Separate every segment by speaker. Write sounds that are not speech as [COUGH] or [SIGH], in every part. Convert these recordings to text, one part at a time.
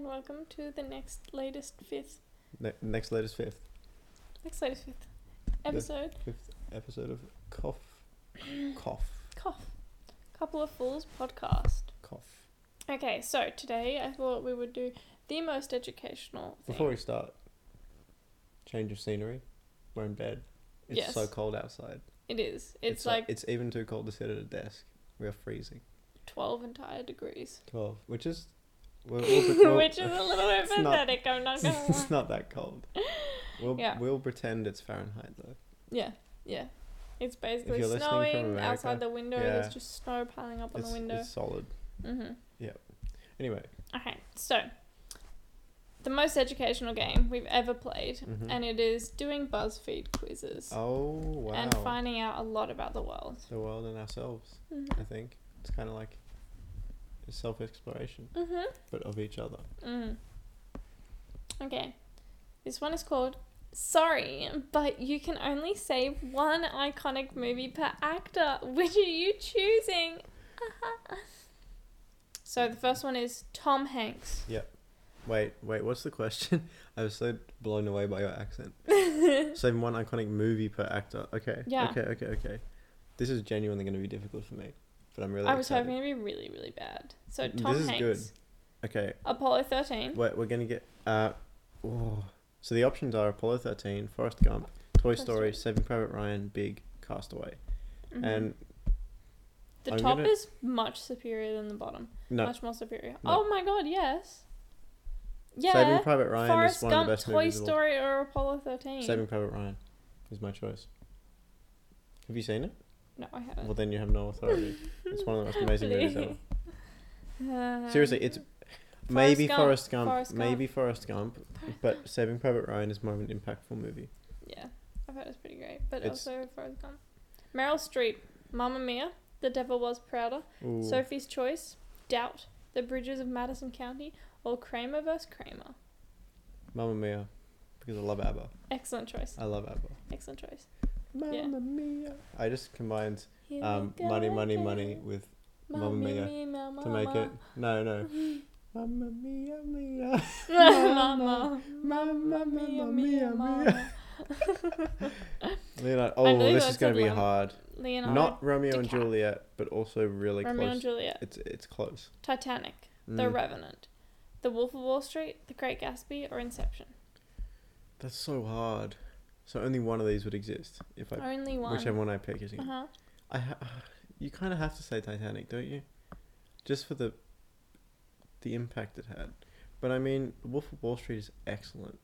Speaker 1: welcome to the next latest fifth
Speaker 2: Ne- next latest fifth
Speaker 1: next latest fifth episode.
Speaker 2: fifth episode of
Speaker 1: [GASPS]
Speaker 2: cough cough
Speaker 1: Cough. Couple of Fools podcast.
Speaker 2: cough.
Speaker 1: Okay, so today I thought we would do the most educational thing.
Speaker 2: Before we start, change of scenery. We're in bed. It's
Speaker 1: Yes.
Speaker 2: so cold outside.
Speaker 1: it is. It's,
Speaker 2: a-
Speaker 1: like
Speaker 2: it's even too cold to sit at a desk. We are freezing.
Speaker 1: twelve entire degrees.
Speaker 2: Twelve, which is we're all
Speaker 1: [LAUGHS]
Speaker 2: pre- we'll-
Speaker 1: Which is a little bit
Speaker 2: It's not-
Speaker 1: pathetic, I'm not gonna lie.
Speaker 2: [LAUGHS] it's not
Speaker 1: [LAUGHS]
Speaker 2: that cold. We'll
Speaker 1: Yeah.
Speaker 2: we'll pretend it's Fahrenheit though.
Speaker 1: Yeah, yeah. It's basically
Speaker 2: you're listening from
Speaker 1: snowing outside
Speaker 2: America,
Speaker 1: the window.
Speaker 2: yeah.
Speaker 1: There's just snow piling up on
Speaker 2: It's,
Speaker 1: the window.
Speaker 2: it's solid.
Speaker 1: Mm-hmm.
Speaker 2: Anyway,
Speaker 1: Okay, so the most educational game we've ever played,
Speaker 2: Mhm.
Speaker 1: and it is doing BuzzFeed quizzes
Speaker 2: oh wow,
Speaker 1: and finding out a lot about the world.
Speaker 2: the world and ourselves. I
Speaker 1: Mm-hmm.
Speaker 2: think it's kind of like self exploration,
Speaker 1: Mm-hmm.
Speaker 2: but of each other.
Speaker 1: Mm. Okay, this one is called Sorry, but you can only save one iconic movie per actor. [LAUGHS] Which are you choosing? [LAUGHS] so the first one is Tom Hanks.
Speaker 2: Wait, wait, what's the question? [LAUGHS] I was so blown away by
Speaker 1: [LAUGHS]
Speaker 2: your accent. Same one iconic movie per actor. Okay.
Speaker 1: Yeah.
Speaker 2: Okay, okay, okay. This is genuinely going to be difficult for me, but I'm really
Speaker 1: I was
Speaker 2: excited.
Speaker 1: hoping it'd be really, really bad. So
Speaker 2: This
Speaker 1: Tom
Speaker 2: is
Speaker 1: Hanks.
Speaker 2: good. Okay,
Speaker 1: Apollo 13.
Speaker 2: wait, we're going to get. Uh, oh. So the options are Apollo 13, Forrest Gump, Toy
Speaker 1: Toy Story.
Speaker 2: Story, Saving Private Ryan, Big, Castaway.
Speaker 1: Mhm.
Speaker 2: And
Speaker 1: the
Speaker 2: I'm
Speaker 1: top
Speaker 2: gonna-
Speaker 1: is much superior than the bottom.
Speaker 2: no,
Speaker 1: Much more superior.
Speaker 2: No.
Speaker 1: Oh my god, yes.
Speaker 2: Saving
Speaker 1: Yeah.
Speaker 2: Private Ryan
Speaker 1: Forrest
Speaker 2: is one of
Speaker 1: Gump,
Speaker 2: the best
Speaker 1: Toy
Speaker 2: movies of all
Speaker 1: Story, or Apollo 13.
Speaker 2: Saving Private Ryan is my choice. Have you seen it?
Speaker 1: No, I haven't.
Speaker 2: Well, then you have no authority. it's one of the
Speaker 1: [LAUGHS]
Speaker 2: most amazing movies ever.
Speaker 1: Um,
Speaker 2: Seriously, it's maybe
Speaker 1: Gump,
Speaker 2: Forrest Gump,
Speaker 1: Forrest
Speaker 2: maybe Forrest Gump, but Saving Private Ryan is more of an impactful movie.
Speaker 1: Um, Yeah, I've heard it's pretty great. But
Speaker 2: It's-
Speaker 1: also Forrest Gump. Meryl Streep, Mamma Mia, The Devil Was Prouder,
Speaker 2: Ooh.
Speaker 1: Sophie's Choice, Doubt, The Bridges of Madison County, or Kramer vs. Kramer.
Speaker 2: Mamma Mia, because I love ABBA.
Speaker 1: Excellent choice.
Speaker 2: I love ABBA.
Speaker 1: Excellent choice.
Speaker 2: Mamma
Speaker 1: Yeah.
Speaker 2: Mia. I just combined
Speaker 1: Here we
Speaker 2: um,
Speaker 1: go
Speaker 2: money, money, money
Speaker 1: again.
Speaker 2: with
Speaker 1: Mamma
Speaker 2: Mamma Mia
Speaker 1: mia,
Speaker 2: to make it.
Speaker 1: mama.
Speaker 2: No, no.
Speaker 1: [LAUGHS]
Speaker 2: Mamma Mia, Mia. [LAUGHS]
Speaker 1: Mama.
Speaker 2: Mamma Mia, Mia, Mia.
Speaker 1: mama.
Speaker 2: Leonardo,
Speaker 1: I
Speaker 2: oh,
Speaker 1: believe
Speaker 2: this
Speaker 1: I
Speaker 2: is
Speaker 1: said
Speaker 2: going to be
Speaker 1: Leonardo
Speaker 2: hard.
Speaker 1: Leonardo.
Speaker 2: Not Romeo and
Speaker 1: DiCap-
Speaker 2: Juliet, but also really
Speaker 1: Romeo
Speaker 2: close.
Speaker 1: and Juliet.
Speaker 2: It's it's close.
Speaker 1: Titanic. The
Speaker 2: Mm.
Speaker 1: Revenant. The Wolf of Wall Street. The Great Gatsby. Or Inception.
Speaker 2: That's so hard. So only one of these would exist if I
Speaker 1: Only one.
Speaker 2: whichever one I pick is.
Speaker 1: Uh
Speaker 2: gonna
Speaker 1: huh.
Speaker 2: I ha- you kind of have to say Titanic, don't you? Just for the the impact it had. But I mean, Wolf of Wall Street is excellent.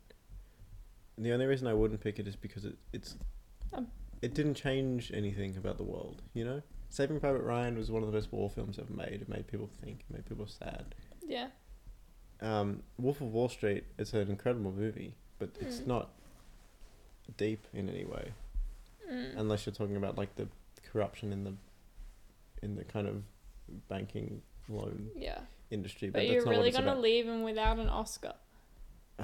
Speaker 2: And the only reason I wouldn't pick it is because it it's
Speaker 1: Um.
Speaker 2: it didn't change anything about the world, you know. Saving Private Ryan was one of the best war films ever made. It made people think. It made people sad.
Speaker 1: Yeah.
Speaker 2: um, Wolf of Wall Street is an incredible movie, but it's
Speaker 1: Mm.
Speaker 2: not deep in any way,
Speaker 1: Mm.
Speaker 2: unless you're talking about like the corruption in the in the kind of banking loan
Speaker 1: Yeah.
Speaker 2: industry.
Speaker 1: But,
Speaker 2: But,
Speaker 1: you're
Speaker 2: that's not what
Speaker 1: really
Speaker 2: it's
Speaker 1: gonna
Speaker 2: about.
Speaker 1: leave him without an Oscar.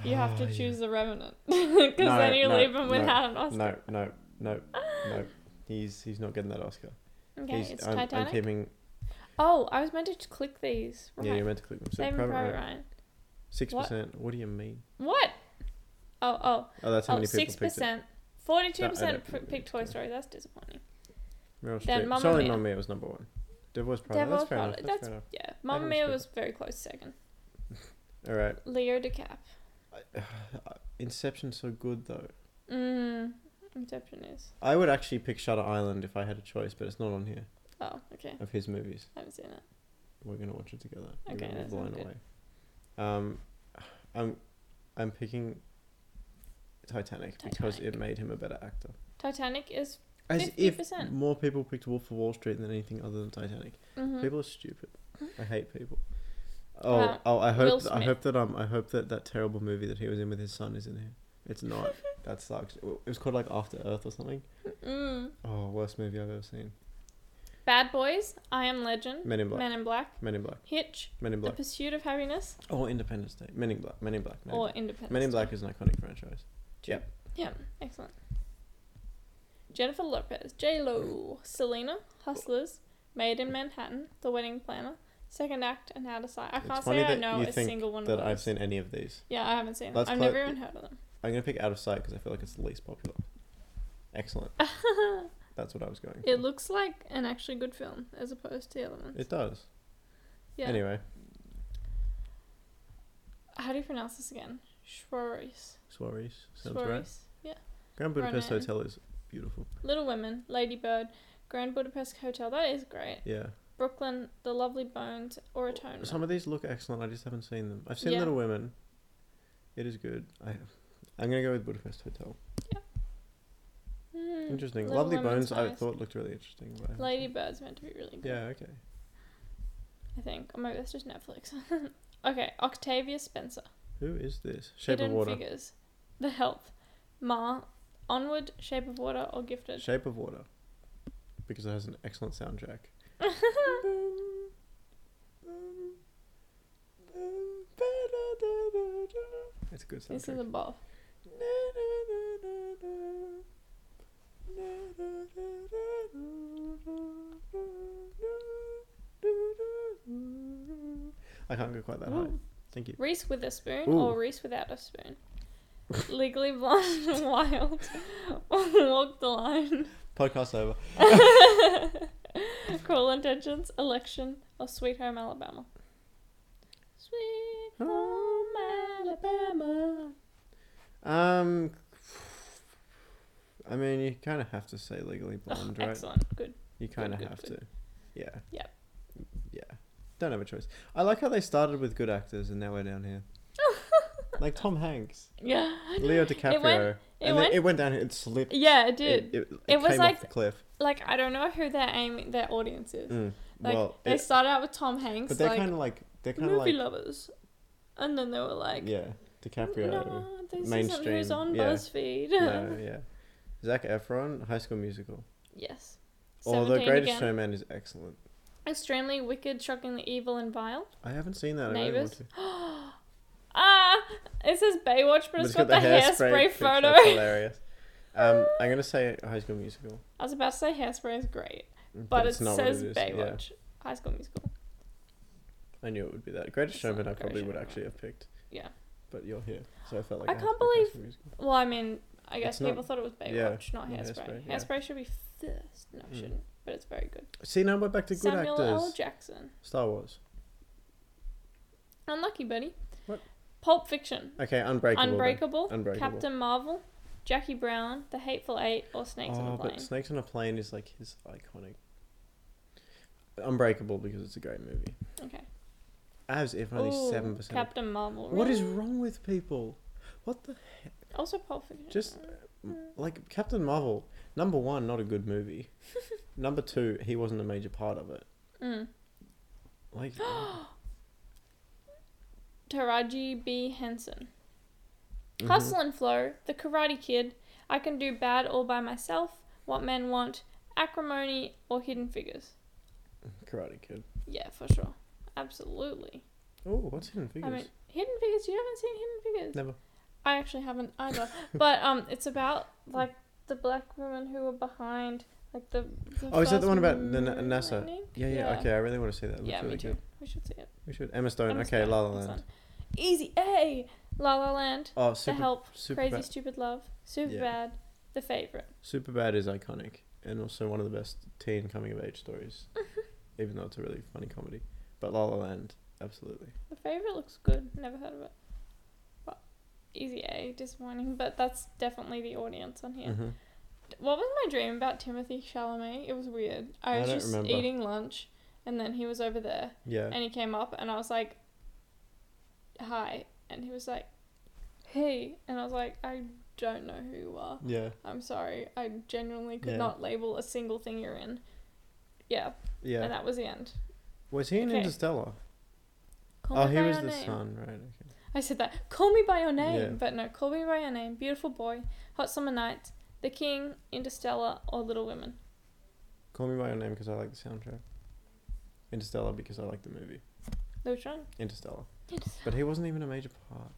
Speaker 1: You have
Speaker 2: Ah,
Speaker 1: to
Speaker 2: yeah.
Speaker 1: choose The Revenant. [LAUGHS] Because
Speaker 2: No,
Speaker 1: then you
Speaker 2: no,
Speaker 1: leave him
Speaker 2: no,
Speaker 1: without an Oscar.
Speaker 2: No, no, no,
Speaker 1: [GASPS]
Speaker 2: no. He's he's not getting that Oscar.
Speaker 1: Okay,
Speaker 2: he's,
Speaker 1: it's
Speaker 2: I'm, I'm
Speaker 1: Titanic.
Speaker 2: keeping.
Speaker 1: Oh, I was meant to click these. Right.
Speaker 2: Yeah, you're meant to click them. So
Speaker 1: Saving Private,
Speaker 2: private
Speaker 1: Ryan.
Speaker 2: Six percent. What do you mean?
Speaker 1: What? Oh, oh,
Speaker 2: Oh, that's how
Speaker 1: oh,
Speaker 2: many people
Speaker 1: six
Speaker 2: picked it.
Speaker 1: percent. Forty-two
Speaker 2: No, I
Speaker 1: percent
Speaker 2: don't think
Speaker 1: picked
Speaker 2: it's
Speaker 1: Toy
Speaker 2: fair.
Speaker 1: Story. That's disappointing.
Speaker 2: Meryl
Speaker 1: Then
Speaker 2: Streep.
Speaker 1: Mamma
Speaker 2: Sorry,
Speaker 1: Mia.
Speaker 2: Mamma Mia was number one. Devil's Prada.
Speaker 1: Devil
Speaker 2: That's
Speaker 1: Was
Speaker 2: fair enough.
Speaker 1: Prada,
Speaker 2: That's fair enough.
Speaker 1: Yeah, Mamma
Speaker 2: was
Speaker 1: Mia
Speaker 2: good.
Speaker 1: was very close second.
Speaker 2: All right.
Speaker 1: Leo DiCap.
Speaker 2: [SIGHS] Inception's so good though.
Speaker 1: Mm, Inception is.
Speaker 2: I would actually pick Shutter Island if I had a choice, but it's not on here
Speaker 1: Oh, okay.
Speaker 2: of his movies.
Speaker 1: I haven't seen it.
Speaker 2: We're gonna watch it together. You're
Speaker 1: Okay,
Speaker 2: gonna
Speaker 1: that
Speaker 2: be
Speaker 1: sounds
Speaker 2: blown away.
Speaker 1: good.
Speaker 2: Um, I'm, I'm picking Titanic, because
Speaker 1: Titanic.
Speaker 2: it made him a better actor.
Speaker 1: Titanic is.
Speaker 2: As if
Speaker 1: 50%.
Speaker 2: more people picked Wolf of Wall Street than anything other than Titanic.
Speaker 1: mhm.
Speaker 2: People are stupid. I hate people. Oh,
Speaker 1: Uh,
Speaker 2: oh! I
Speaker 1: Will
Speaker 2: hope th- I
Speaker 1: Smith.
Speaker 2: hope that um I hope that that terrible movie that he was in with his son is in here. It's not.
Speaker 1: [LAUGHS]
Speaker 2: that sucks. It was called like After Earth or something.
Speaker 1: Mm.
Speaker 2: Oh, worst movie I've ever seen.
Speaker 1: Bad Boys. I Am Legend.
Speaker 2: Men in Black.
Speaker 1: Men in Black.
Speaker 2: Men in Black.
Speaker 1: Hitch.
Speaker 2: Men in Black.
Speaker 1: The Pursuit of Happiness.
Speaker 2: Or Independence Day. Men in Black. Men in Black. Men, in
Speaker 1: or
Speaker 2: Black.
Speaker 1: Independence.
Speaker 2: Men in
Speaker 1: Day.
Speaker 2: Black is an iconic franchise.
Speaker 1: Yeah, excellent. Jennifer Lopez, J Lo, Selena, Hustlers, Made in Manhattan, The Wedding Planner, Second act and How to Sigh. I
Speaker 2: It's
Speaker 1: can't
Speaker 2: funny
Speaker 1: say I
Speaker 2: that
Speaker 1: know
Speaker 2: you
Speaker 1: a
Speaker 2: think
Speaker 1: single one
Speaker 2: that
Speaker 1: of those.
Speaker 2: I've seen any of these.
Speaker 1: Yeah, I haven't seen them.
Speaker 2: That's
Speaker 1: I've
Speaker 2: quite-
Speaker 1: never even heard of them.
Speaker 2: I'm gonna pick Out of Sight because I feel like it's the
Speaker 1: [LAUGHS]
Speaker 2: least popular. Excellent. That's what I was going.
Speaker 1: It looks like an actually good film as opposed to the other ones.
Speaker 2: It does.
Speaker 1: yeah.
Speaker 2: Anyway,
Speaker 1: How do you pronounce this again? Schwarries.
Speaker 2: Suarez sounds right.
Speaker 1: Schwarries. Yeah.
Speaker 2: Grand Budapest
Speaker 1: Renault.
Speaker 2: Hotel is beautiful.
Speaker 1: Little Women, Lady Bird, Grand Budapest Hotel. That is great.
Speaker 2: Yeah.
Speaker 1: Brooklyn, The Lovely Bones, or Atonement.
Speaker 2: Some of these look excellent. I just haven't seen them. I've seen
Speaker 1: Yeah.
Speaker 2: Little Women. It is good. I, I'm gonna go with Budapest Hotel.
Speaker 1: Mm,
Speaker 2: Interesting.
Speaker 1: Little
Speaker 2: Lovely
Speaker 1: Women's
Speaker 2: Bones. I
Speaker 1: nice.
Speaker 2: thought looked really interesting. But I haven't
Speaker 1: Lady
Speaker 2: seen-
Speaker 1: Bird's meant to be really good.
Speaker 2: Yeah. Okay.
Speaker 1: I think. Or maybe that's just Netflix. [LAUGHS] okay, Octavia Spencer.
Speaker 2: Who is this? Shape of
Speaker 1: Hidden
Speaker 2: Water.
Speaker 1: Figures. The Health. Ma. Onward, Shape of Water, or Gifted.
Speaker 2: Shape of Water. Because it has an excellent soundtrack. It's a good soundtrack.
Speaker 1: this is a ball.
Speaker 2: I can't go quite that high.
Speaker 1: Ooh.
Speaker 2: Thank you.
Speaker 1: Reese with a spoon
Speaker 2: Ooh.
Speaker 1: or Reese without a spoon. [LAUGHS] Legally Blonde, [LAUGHS] and Wild, or Walk the Line. [LAUGHS]
Speaker 2: Podcast over.
Speaker 1: Cruel Intentions, Election, or Sweet Home Alabama. Sweet
Speaker 2: Oh,
Speaker 1: Home Alabama.
Speaker 2: Um, I mean, you kind of have to say legally
Speaker 1: Oh,
Speaker 2: blonde, right?
Speaker 1: Excellent. Good.
Speaker 2: You kind of
Speaker 1: good,
Speaker 2: have
Speaker 1: good.
Speaker 2: to. Yeah.
Speaker 1: Yep.
Speaker 2: Yeah. Don't have a choice. I like how they started with good actors and now we're
Speaker 1: [LAUGHS]
Speaker 2: down here. like Tom Hanks,
Speaker 1: Yeah. I know.
Speaker 2: Leo DiCaprio.
Speaker 1: it
Speaker 2: and then
Speaker 1: went-
Speaker 2: it went down here. It slipped.
Speaker 1: Yeah, it did.
Speaker 2: It, it,
Speaker 1: It was
Speaker 2: came
Speaker 1: like-
Speaker 2: off the cliff.
Speaker 1: like I don't know who their aim their audience is.
Speaker 2: Mm.
Speaker 1: Like
Speaker 2: well,
Speaker 1: they
Speaker 2: it-
Speaker 1: started out with Tom Hanks,
Speaker 2: but they're
Speaker 1: like
Speaker 2: kind of like they're kind of
Speaker 1: movie
Speaker 2: like
Speaker 1: lovers, and then they were like,
Speaker 2: yeah, DiCaprio.
Speaker 1: no, this isn't who's
Speaker 2: mainstream,
Speaker 1: on
Speaker 2: yeah.
Speaker 1: BuzzFeed.
Speaker 2: No, yeah. Zac Efron, High School Musical.
Speaker 1: [LAUGHS] yes.
Speaker 2: Or The
Speaker 1: 17
Speaker 2: Greatest
Speaker 1: again.
Speaker 2: Showman is excellent.
Speaker 1: Extremely wicked, shockingly evil, and vile. [GASPS]
Speaker 2: I haven't seen that. I really want
Speaker 1: Neighbours.
Speaker 2: to.
Speaker 1: Ah, it says Baywatch, but, it's got, the, hairspray,
Speaker 2: picture,
Speaker 1: photo.
Speaker 2: That's hilarious. Um, I'm gonna say High School Musical,
Speaker 1: [LAUGHS] I was about to say Hairspray is great,
Speaker 2: but,
Speaker 1: but,
Speaker 2: it's
Speaker 1: it
Speaker 2: not
Speaker 1: says
Speaker 2: what it is.
Speaker 1: Baywatch, High School Musical.
Speaker 2: Yeah, I knew it would be that. Greatest
Speaker 1: It's not
Speaker 2: Showman, I
Speaker 1: Greatest
Speaker 2: probably would
Speaker 1: Showman.
Speaker 2: actually have picked.
Speaker 1: Yeah.
Speaker 2: But you're here, so I felt like
Speaker 1: I
Speaker 2: had
Speaker 1: can't
Speaker 2: to pick High
Speaker 1: believe
Speaker 2: School Musical.
Speaker 1: Well, I mean, I guess
Speaker 2: It's not-
Speaker 1: people thought it was Baywatch,
Speaker 2: yeah,
Speaker 1: not
Speaker 2: not
Speaker 1: Hairspray.
Speaker 2: Hairspray,
Speaker 1: Hairspray,
Speaker 2: yeah.
Speaker 1: should be first. No, it
Speaker 2: Mm.
Speaker 1: shouldn't. But it's very good.
Speaker 2: See, now we're back to good
Speaker 1: Samuel
Speaker 2: actors.
Speaker 1: L. Jackson.
Speaker 2: Star Wars.
Speaker 1: Unlucky Buddy.
Speaker 2: What?
Speaker 1: Pulp Fiction.
Speaker 2: Okay, Unbreakable. then.
Speaker 1: Unbreakable.
Speaker 2: Unbreakable.
Speaker 1: Captain Marvel. Jackie Brown. The Hateful Eight. Or Snakes on
Speaker 2: oh,
Speaker 1: a Plane.
Speaker 2: but Snakes on a Plane is like his iconic. Unbreakable because it's a great movie.
Speaker 1: okay.
Speaker 2: As if only
Speaker 1: Ooh,
Speaker 2: seven percent.
Speaker 1: Captain Marvel.
Speaker 2: What is
Speaker 1: really?
Speaker 2: wrong with people? What the
Speaker 1: Also Pulp Fiction.
Speaker 2: Just
Speaker 1: Mm.
Speaker 2: like Captain Marvel. Number one, not a good
Speaker 1: [LAUGHS]
Speaker 2: movie. number two, he wasn't a major part of it.
Speaker 1: Mm. [GASPS]
Speaker 2: Like, mm-hmm.
Speaker 1: Taraji B. Henson.
Speaker 2: mhm.
Speaker 1: Hustle and Flow, The Karate Kid, I Can Do Bad All By Myself, What Men Want, Acrimony, or Hidden Figures.
Speaker 2: Karate Kid.
Speaker 1: Yeah, for sure. Absolutely.
Speaker 2: Oh, what's Hidden Figures?
Speaker 1: I mean, Hidden Figures, you haven't seen Hidden Figures?
Speaker 2: Never.
Speaker 1: I actually haven't
Speaker 2: [LAUGHS]
Speaker 1: either. but um, it's about, like, the black women who were behind, like, the. the
Speaker 2: Oh, is that the
Speaker 1: first
Speaker 2: one about the Na-
Speaker 1: moon
Speaker 2: NASA?
Speaker 1: landing?
Speaker 2: Yeah, yeah,
Speaker 1: Yeah.
Speaker 2: Okay, I really want to see that. It looks
Speaker 1: Yeah,
Speaker 2: really
Speaker 1: me too.
Speaker 2: good.
Speaker 1: We should see it.
Speaker 2: We should. Emma Stone.
Speaker 1: I'm
Speaker 2: okay,
Speaker 1: scared.
Speaker 2: La La
Speaker 1: It's
Speaker 2: Land.
Speaker 1: on. Easy A! La La Land.
Speaker 2: Oh,
Speaker 1: the
Speaker 2: super.
Speaker 1: Help.
Speaker 2: Super
Speaker 1: Crazy
Speaker 2: bad.
Speaker 1: Stupid Love. Super Bad. The Favorite.
Speaker 2: Superbad is iconic and also one of the best teen coming of age
Speaker 1: [LAUGHS]
Speaker 2: stories, even though it's a really funny comedy. But La La Land, absolutely.
Speaker 1: The favorite looks good. Never heard of it. But easy A, disappointing. But that's definitely the audience on here.
Speaker 2: Mhm.
Speaker 1: What was my dream about Timothy Chalamet? It was weird. I
Speaker 2: I
Speaker 1: was
Speaker 2: don't
Speaker 1: just
Speaker 2: remember.
Speaker 1: eating lunch, and then he was over there,
Speaker 2: Yeah.
Speaker 1: and he came up, and I was like, "Hi," and he was like, "Hey," and I was like, "I don't know who you are.
Speaker 2: yeah.
Speaker 1: I'm sorry. I genuinely could
Speaker 2: Yeah.
Speaker 1: not label a single thing you're in." Yeah,
Speaker 2: Yeah.
Speaker 1: and that was the end.
Speaker 2: Was he in
Speaker 1: Okay.
Speaker 2: Interstellar?
Speaker 1: Call
Speaker 2: oh,
Speaker 1: me
Speaker 2: he
Speaker 1: by
Speaker 2: was
Speaker 1: your
Speaker 2: the
Speaker 1: name.
Speaker 2: son, right? Okay.
Speaker 1: I said that. Call me by your name.
Speaker 2: Yeah.
Speaker 1: But no, call me by your name. Beautiful boy, hot summer nights, The King, Interstellar, or Little Women.
Speaker 2: Call Me by Your Name because I like the soundtrack. Interstellar because I like the movie.
Speaker 1: Which one?
Speaker 2: Interstellar.
Speaker 1: Interstellar.
Speaker 2: But he wasn't even a major part.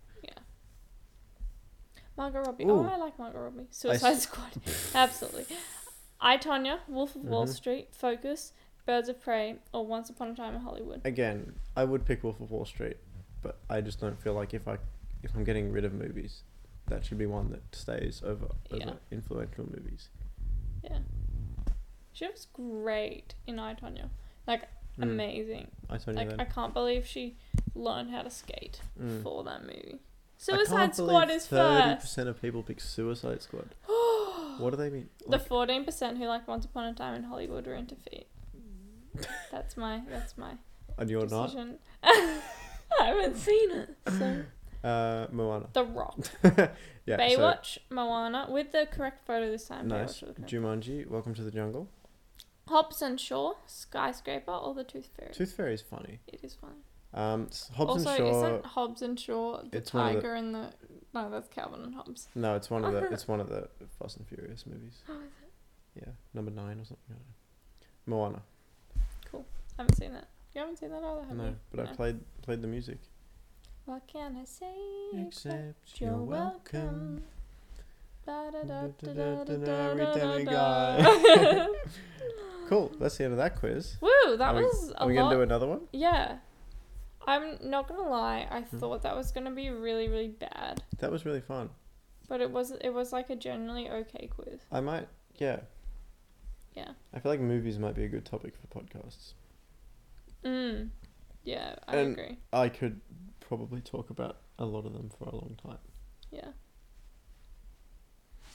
Speaker 1: Margot Robbie.
Speaker 2: Ooh.
Speaker 1: Oh, I like Margot Robbie. [LAUGHS] Suicide Squad. Absolutely. I Tonya, Wolf of Wall
Speaker 2: Mhm.
Speaker 1: Street, Focus, Birds of Prey, or Once Upon a Time in Hollywood.
Speaker 2: Again, I would pick Wolf of Wall Street, but I just don't feel like if I if I'm getting rid of movies, that should be one that stays over over
Speaker 1: Yeah.
Speaker 2: influential movies.
Speaker 1: Yeah. She was great in I, Tonya.
Speaker 2: Mm,
Speaker 1: Amazing.
Speaker 2: I told you
Speaker 1: Like, I
Speaker 2: that.
Speaker 1: can't believe she learned how to skate
Speaker 2: Mm.
Speaker 1: for that movie.
Speaker 2: I can't
Speaker 1: Suicide Squad
Speaker 2: believe
Speaker 1: is first.
Speaker 2: percent of people pick Suicide Squad. what do they mean?
Speaker 1: [GASPS] The
Speaker 2: Like,
Speaker 1: fourteen percent who like Once Upon a Time in Hollywood were into
Speaker 2: [LAUGHS]
Speaker 1: feet. That's my that's my
Speaker 2: and you're
Speaker 1: decision. [LAUGHS] I haven't seen it.
Speaker 2: [LAUGHS]
Speaker 1: So
Speaker 2: not. Uh, Moana.
Speaker 1: The Rock,
Speaker 2: Yeah. So
Speaker 1: Baywatch, Moana, with the correct photo this time.
Speaker 2: Nice.
Speaker 1: Baywatch was correct.
Speaker 2: Jumanji, Welcome to the Jungle.
Speaker 1: Hobbs and Shaw, Skyscraper, or the Tooth Fairy.
Speaker 2: Tooth Fairy is funny.
Speaker 1: it is funny.
Speaker 2: Um, s- Hobbs
Speaker 1: also,
Speaker 2: and Shaw.
Speaker 1: isn't Hobbs and Shaw the
Speaker 2: It's one of the-
Speaker 1: tiger and the no? That's Calvin and Hobbes.
Speaker 2: No, it's one of the it's one of the Fast and Furious movies.
Speaker 1: Oh, is
Speaker 2: Yeah, number nine or something. I don't know. Moana.
Speaker 1: I haven't seen that. You haven't seen that either, have
Speaker 2: No,
Speaker 1: you?
Speaker 2: but I
Speaker 1: No.
Speaker 2: played played the music.
Speaker 1: What can I say? except
Speaker 2: Except you're welcome.
Speaker 1: Da-da-da-da-da-da-da-da-da.
Speaker 2: [LAUGHS]
Speaker 1: [LAUGHS]
Speaker 2: Cool. That's the end of that quiz.
Speaker 1: Woo, that
Speaker 2: Are we-
Speaker 1: was a
Speaker 2: Are we gonna do
Speaker 1: lot.
Speaker 2: another one?
Speaker 1: Yeah. I'm not gonna lie, I thought that was gonna be really, really bad.
Speaker 2: That was really fun.
Speaker 1: But it was it was like a generally okay quiz.
Speaker 2: I might. Yeah.
Speaker 1: Yeah.
Speaker 2: I feel like movies might be a good topic for podcasts.
Speaker 1: Mm. Yeah, I
Speaker 2: And-
Speaker 1: agree.
Speaker 2: I could probably talk about a lot of them for a long time.
Speaker 1: Yeah.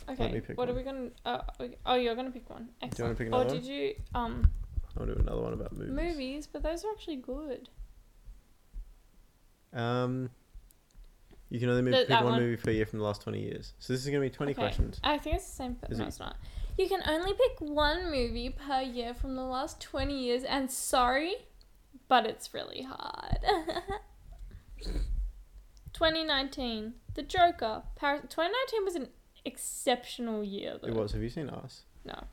Speaker 1: Okay.
Speaker 2: me pick
Speaker 1: What are
Speaker 2: one.
Speaker 1: we gonna? Uh, we- oh, you're gonna pick one. Excellent.
Speaker 2: pick
Speaker 1: or
Speaker 2: another
Speaker 1: did you um
Speaker 2: I'll do another one about movies.
Speaker 1: movies. But those are actually good.
Speaker 2: Um, you can only move,
Speaker 1: Th-
Speaker 2: pick
Speaker 1: that
Speaker 2: one,
Speaker 1: one.
Speaker 2: movie per year from the last 20 years. So this is going to be 20
Speaker 1: Okay.
Speaker 2: questions.
Speaker 1: I think it's the same, but
Speaker 2: Is
Speaker 1: no,
Speaker 2: it-
Speaker 1: it's not. You can only pick one movie per year from the last twenty years, and sorry, but it's really hard. [LAUGHS] 2019, The Joker. Paris. 2019 was an exceptional year. Though.
Speaker 2: It was. Have you seen Us?
Speaker 1: No.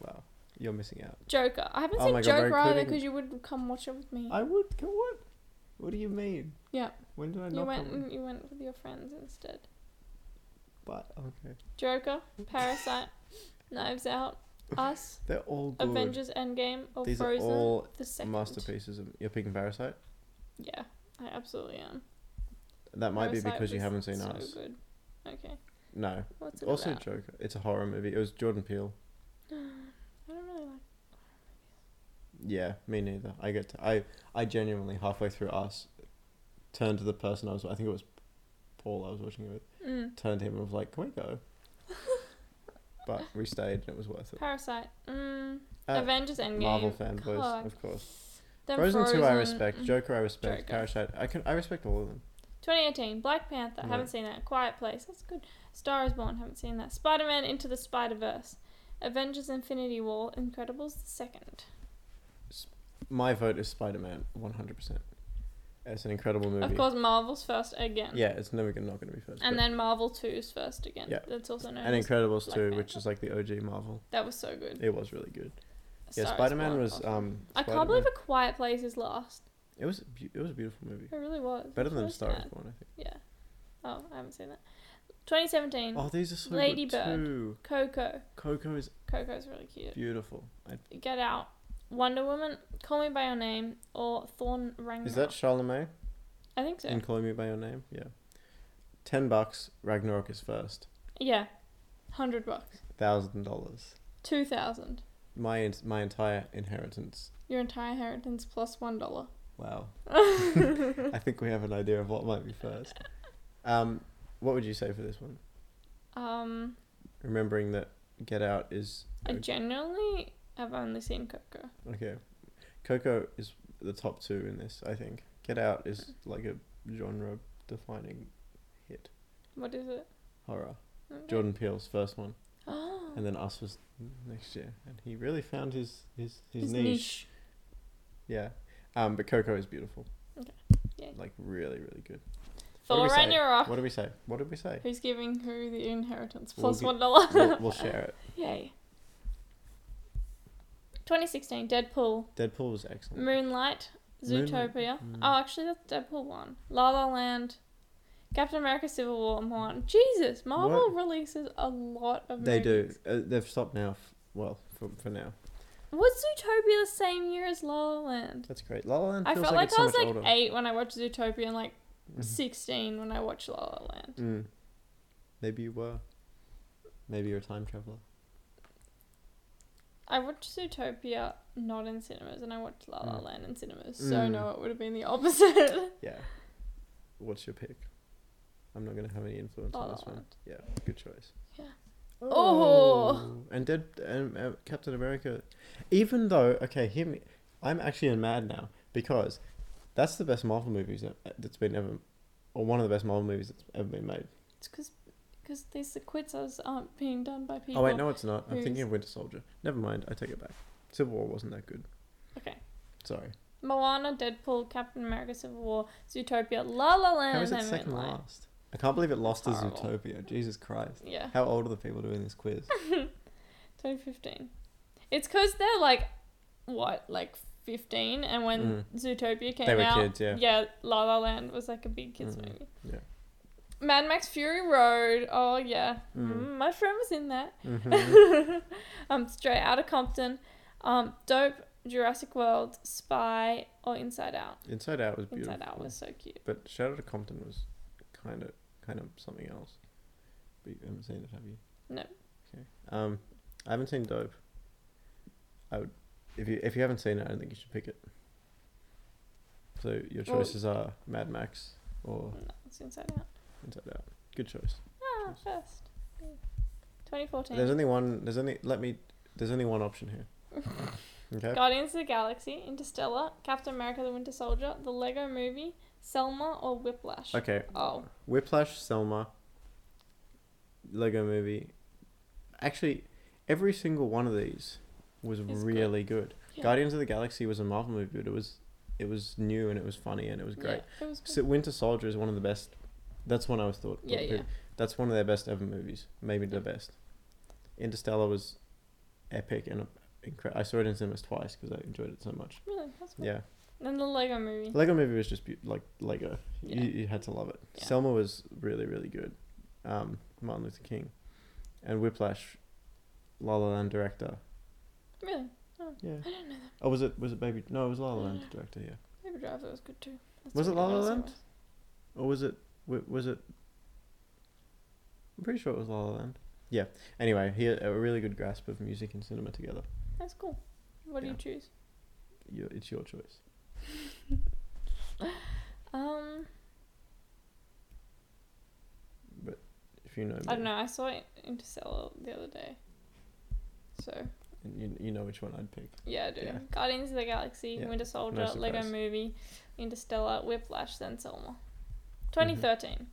Speaker 2: Wow. You're missing out.
Speaker 1: Joker. I haven't
Speaker 2: Oh
Speaker 1: seen
Speaker 2: my God, very
Speaker 1: Joker either
Speaker 2: clearly-
Speaker 1: because you would come watch it with me.
Speaker 2: I would. Go what? What do you mean?
Speaker 1: Mm. Yeah.
Speaker 2: When did I
Speaker 1: You
Speaker 2: not
Speaker 1: went.
Speaker 2: come?
Speaker 1: You went with your friends instead.
Speaker 2: But, okay. [LAUGHS]
Speaker 1: Joker, Parasite, Knives Out, Us,
Speaker 2: They're all good.
Speaker 1: Avengers: Endgame, or
Speaker 2: These
Speaker 1: Frozen.
Speaker 2: are all
Speaker 1: the second.
Speaker 2: masterpieces. Of, you're picking Parasite?
Speaker 1: Yeah, I absolutely am.
Speaker 2: That might be
Speaker 1: Parasite
Speaker 2: because you
Speaker 1: was
Speaker 2: haven't seen
Speaker 1: so
Speaker 2: Us.
Speaker 1: good. Okay,
Speaker 2: No.
Speaker 1: what's it
Speaker 2: Also
Speaker 1: about?
Speaker 2: Joker. It's a horror movie. It was Jordan Peele.
Speaker 1: [GASPS] I don't really like.
Speaker 2: Yeah, me neither. I get to, I I genuinely halfway through Us turned to the person I was I think it was Paul I was watching it with.
Speaker 1: Mm.
Speaker 2: turned to him and was like, "Can we
Speaker 1: [LAUGHS]
Speaker 2: go?" but we stayed and it was worth it.
Speaker 1: Parasite. Mm.
Speaker 2: Uh,
Speaker 1: Avengers: Endgame.
Speaker 2: Marvel fanboys,
Speaker 1: Cock.
Speaker 2: of course.
Speaker 1: Then
Speaker 2: Frozen, two, I
Speaker 1: Frozen.
Speaker 2: respect.
Speaker 1: Mm.
Speaker 2: Joker, I respect.
Speaker 1: Joker.
Speaker 2: Parasite, I can I respect all of them.
Speaker 1: 2018, Black Panther.
Speaker 2: No.
Speaker 1: Haven't seen that. Quiet Place. That's good. Star is Born. Haven't seen that. Spider Man Into the Spider Verse. Avengers Infinity War. Incredibles the second.
Speaker 2: My vote is Spider Man, one hundred percent. It's an incredible movie.
Speaker 1: Of course, Marvel's first again.
Speaker 2: Yeah, it's never gonna, not going to be first.
Speaker 1: And
Speaker 2: but-
Speaker 1: then Marvel 2's first again.
Speaker 2: Yeah.
Speaker 1: That's also known
Speaker 2: and
Speaker 1: as.
Speaker 2: Incredibles
Speaker 1: Black
Speaker 2: too,
Speaker 1: Panther.
Speaker 2: which is like the OG Marvel.
Speaker 1: That was so good.
Speaker 2: It was really good.
Speaker 1: Star
Speaker 2: Yeah,
Speaker 1: is
Speaker 2: Spider Man
Speaker 1: Born. oh.
Speaker 2: was
Speaker 1: Awesome.
Speaker 2: um.
Speaker 1: I can't believe A Quiet Place is last.
Speaker 2: it. It was a beau- it was a beautiful movie.
Speaker 1: It really was.
Speaker 2: Better
Speaker 1: It's
Speaker 2: than
Speaker 1: really
Speaker 2: Star Wars
Speaker 1: sad.
Speaker 2: Born, I
Speaker 1: Yeah. Oh, I haven't seen that. 2017,
Speaker 2: think. Oh, these are so
Speaker 1: Lady
Speaker 2: good
Speaker 1: Bird.
Speaker 2: too.
Speaker 1: Coco.
Speaker 2: Coco is
Speaker 1: Coco's really cute.
Speaker 2: beautiful. I,
Speaker 1: Get Out, Wonder Woman, Call Me by Your Name, or Thorn Ragnarok.
Speaker 2: is that Charlemagne?
Speaker 1: I think so.
Speaker 2: And calling me by your name, yeah. Ten bucks, Ragnarok is first.
Speaker 1: yeah, hundred bucks,
Speaker 2: Thousand dollars.
Speaker 1: two thousand,
Speaker 2: My en- my entire inheritance.
Speaker 1: your entire inheritance plus one dollar.
Speaker 2: [LAUGHS] Wow. I think we have an idea of what might be first. Um, what would you say for this one?
Speaker 1: Um,
Speaker 2: Remembering that Get Out is
Speaker 1: I genuinely have only seen Coco.
Speaker 2: okay. Coco is the top two in this. I think Get Out is like a genre defining hit
Speaker 1: What is it?
Speaker 2: horror.
Speaker 1: Okay.
Speaker 2: Jordan Peele's first one,
Speaker 1: Oh,
Speaker 2: and then Us was next year, and he really found his his his,
Speaker 1: his
Speaker 2: niche.
Speaker 1: niche.
Speaker 2: Yeah. Um, but Coco is beautiful.
Speaker 1: Okay. Yay. Ah.
Speaker 2: Like really, really good. What do
Speaker 1: Thor
Speaker 2: we say?
Speaker 1: Ragnarok.
Speaker 2: What did we say? What did
Speaker 1: [LAUGHS]
Speaker 2: we say?
Speaker 1: Who's giving who the inheritance
Speaker 2: We'll
Speaker 1: plus
Speaker 2: gi-
Speaker 1: one dollar?
Speaker 2: we'll, we'll share it.
Speaker 1: Yay. 2016, Deadpool,
Speaker 2: Deadpool was excellent.
Speaker 1: Moonlight,
Speaker 2: Moonlight,
Speaker 1: Zootopia.
Speaker 2: mm.
Speaker 1: Oh, actually, that's Deadpool one. La La Land, Captain America: Civil War, and one. Jesus, Marvel releases a lot of.
Speaker 2: they do.
Speaker 1: movies.
Speaker 2: Uh, they've stopped now. F- well, for, for now.
Speaker 1: Was Zootopia the same year as La La Land?
Speaker 2: That's great. La La Land
Speaker 1: I
Speaker 2: feels
Speaker 1: felt
Speaker 2: like,
Speaker 1: like,
Speaker 2: it's
Speaker 1: I
Speaker 2: so
Speaker 1: was
Speaker 2: much
Speaker 1: like
Speaker 2: older.
Speaker 1: eight when I watched Zootopia and like
Speaker 2: Mhm.
Speaker 1: sixteen when I watched La La Land.
Speaker 2: Mm. Maybe you were. Maybe you're a time traveler.
Speaker 1: I watched Zootopia not in cinemas, and I watched La La
Speaker 2: Mm.
Speaker 1: Land in cinemas. So
Speaker 2: Mm.
Speaker 1: no, it would have been the [LAUGHS] opposite.
Speaker 2: Yeah. What's your pick? I'm not gonna have any influence
Speaker 1: La
Speaker 2: on
Speaker 1: La
Speaker 2: this one.
Speaker 1: Land.
Speaker 2: Yeah, good choice.
Speaker 1: Yeah.
Speaker 2: Oh. And Dead and uh, Captain America, even though okay, hear me, I'm actually mad now because that's the best Marvel movies that, uh, that's been ever, or one of the best Marvel movies that's ever been made.
Speaker 1: It's because because these quits aren't being done by people.
Speaker 2: Oh wait, no, it's not. I'm
Speaker 1: who's-
Speaker 2: thinking of Winter Soldier. Never mind, I take it back. Civil War wasn't that good.
Speaker 1: Okay.
Speaker 2: Sorry.
Speaker 1: Moana, Deadpool, Captain America: Civil War, Zootopia, La La Land,
Speaker 2: How is
Speaker 1: and
Speaker 2: it
Speaker 1: then
Speaker 2: second
Speaker 1: Moonlight.
Speaker 2: last? I can't believe it lost to
Speaker 1: Horrible.
Speaker 2: Zootopia. Jesus Christ.
Speaker 1: Yeah,
Speaker 2: How old are the people doing this quiz?
Speaker 1: [LAUGHS] 2015. It's because they're like, what, like 15, and when Zootopia came
Speaker 2: Mm. They were
Speaker 1: out,
Speaker 2: kids, yeah.
Speaker 1: La La Land was like a big kids
Speaker 2: Mhm.
Speaker 1: movie.
Speaker 2: Yeah.
Speaker 1: Mad Max Fury Road. Oh yeah,
Speaker 2: Mm.
Speaker 1: Mm, my friend was in that.
Speaker 2: Mhm.
Speaker 1: [LAUGHS] um, straight out of Compton. Um, dope. Jurassic World, Spy, or Inside Out.
Speaker 2: Inside Out was beautiful.
Speaker 1: Inside Out was so cute.
Speaker 2: But Shadow to Compton was kind of kind of something else. But you haven't seen it, have you?
Speaker 1: No.
Speaker 2: Okay. Um, I haven't seen Dope. I would, if you if you haven't seen it, I don't think you should pick it. So your
Speaker 1: Well-
Speaker 2: choices are Mad Max or
Speaker 1: No, it's Inside Out.
Speaker 2: Inside Out. Good choice.
Speaker 1: Ah,
Speaker 2: Choice.
Speaker 1: first. Yeah.
Speaker 2: There's
Speaker 1: 2014.
Speaker 2: only one. There's only let me. There's only one option here.
Speaker 1: [LAUGHS]
Speaker 2: Okay.
Speaker 1: Guardians of the Galaxy, Interstellar, Captain America: The Winter Soldier, The Lego Movie, Selma, or Whiplash.
Speaker 2: Okay.
Speaker 1: Oh,
Speaker 2: Whiplash, Selma, Lego Movie. Actually, every single one of these was
Speaker 1: Is good.
Speaker 2: really good.
Speaker 1: yeah.
Speaker 2: Guardians of the Galaxy was a Marvel movie, but it was it was new and it was funny and it was great.
Speaker 1: Yeah, it was good.
Speaker 2: So Winter Soldier is one of the best. That's one I was thought.
Speaker 1: Yeah, yeah.
Speaker 2: That's one of their best ever movies, maybe the best. Interstellar was epic and incredible. I saw it in cinemas twice because I enjoyed it so much.
Speaker 1: Really, that's good.
Speaker 2: Yeah,
Speaker 1: And then the Lego Movie.
Speaker 2: Lego Movie was just be- like Lego.
Speaker 1: Yeah.
Speaker 2: You, you had to love it.
Speaker 1: Yeah.
Speaker 2: Selma was really really good. Um, Martin Luther King, and Whiplash, La La Land director.
Speaker 1: Really,
Speaker 2: Yeah. I don't know. Oh, was it was it Baby? No, it was La La Land director. Yeah.
Speaker 1: Baby Driver was good too. That's
Speaker 2: Was it
Speaker 1: what I
Speaker 2: La La
Speaker 1: wanna say
Speaker 2: Land?
Speaker 1: was.
Speaker 2: Or was it? wa- Was it? I'm pretty sure it was La La Land. Yeah. Anyway, he had a really good grasp of music and cinema together.
Speaker 1: That's cool. What do
Speaker 2: Yeah.
Speaker 1: you choose?
Speaker 2: Your, it's your choice.
Speaker 1: Um,
Speaker 2: If you know. Me,
Speaker 1: I don't know. I saw Interstellar the other day. So
Speaker 2: And you, you know which one I'd pick.
Speaker 1: yeah, I do.
Speaker 2: Yeah.
Speaker 1: Guardians of the Galaxy,
Speaker 2: Yeah.
Speaker 1: Winter Soldier, Lego
Speaker 2: surprise.
Speaker 1: Movie, Interstellar, Whiplash, then Selma.
Speaker 2: Mm-hmm.
Speaker 1: 2013.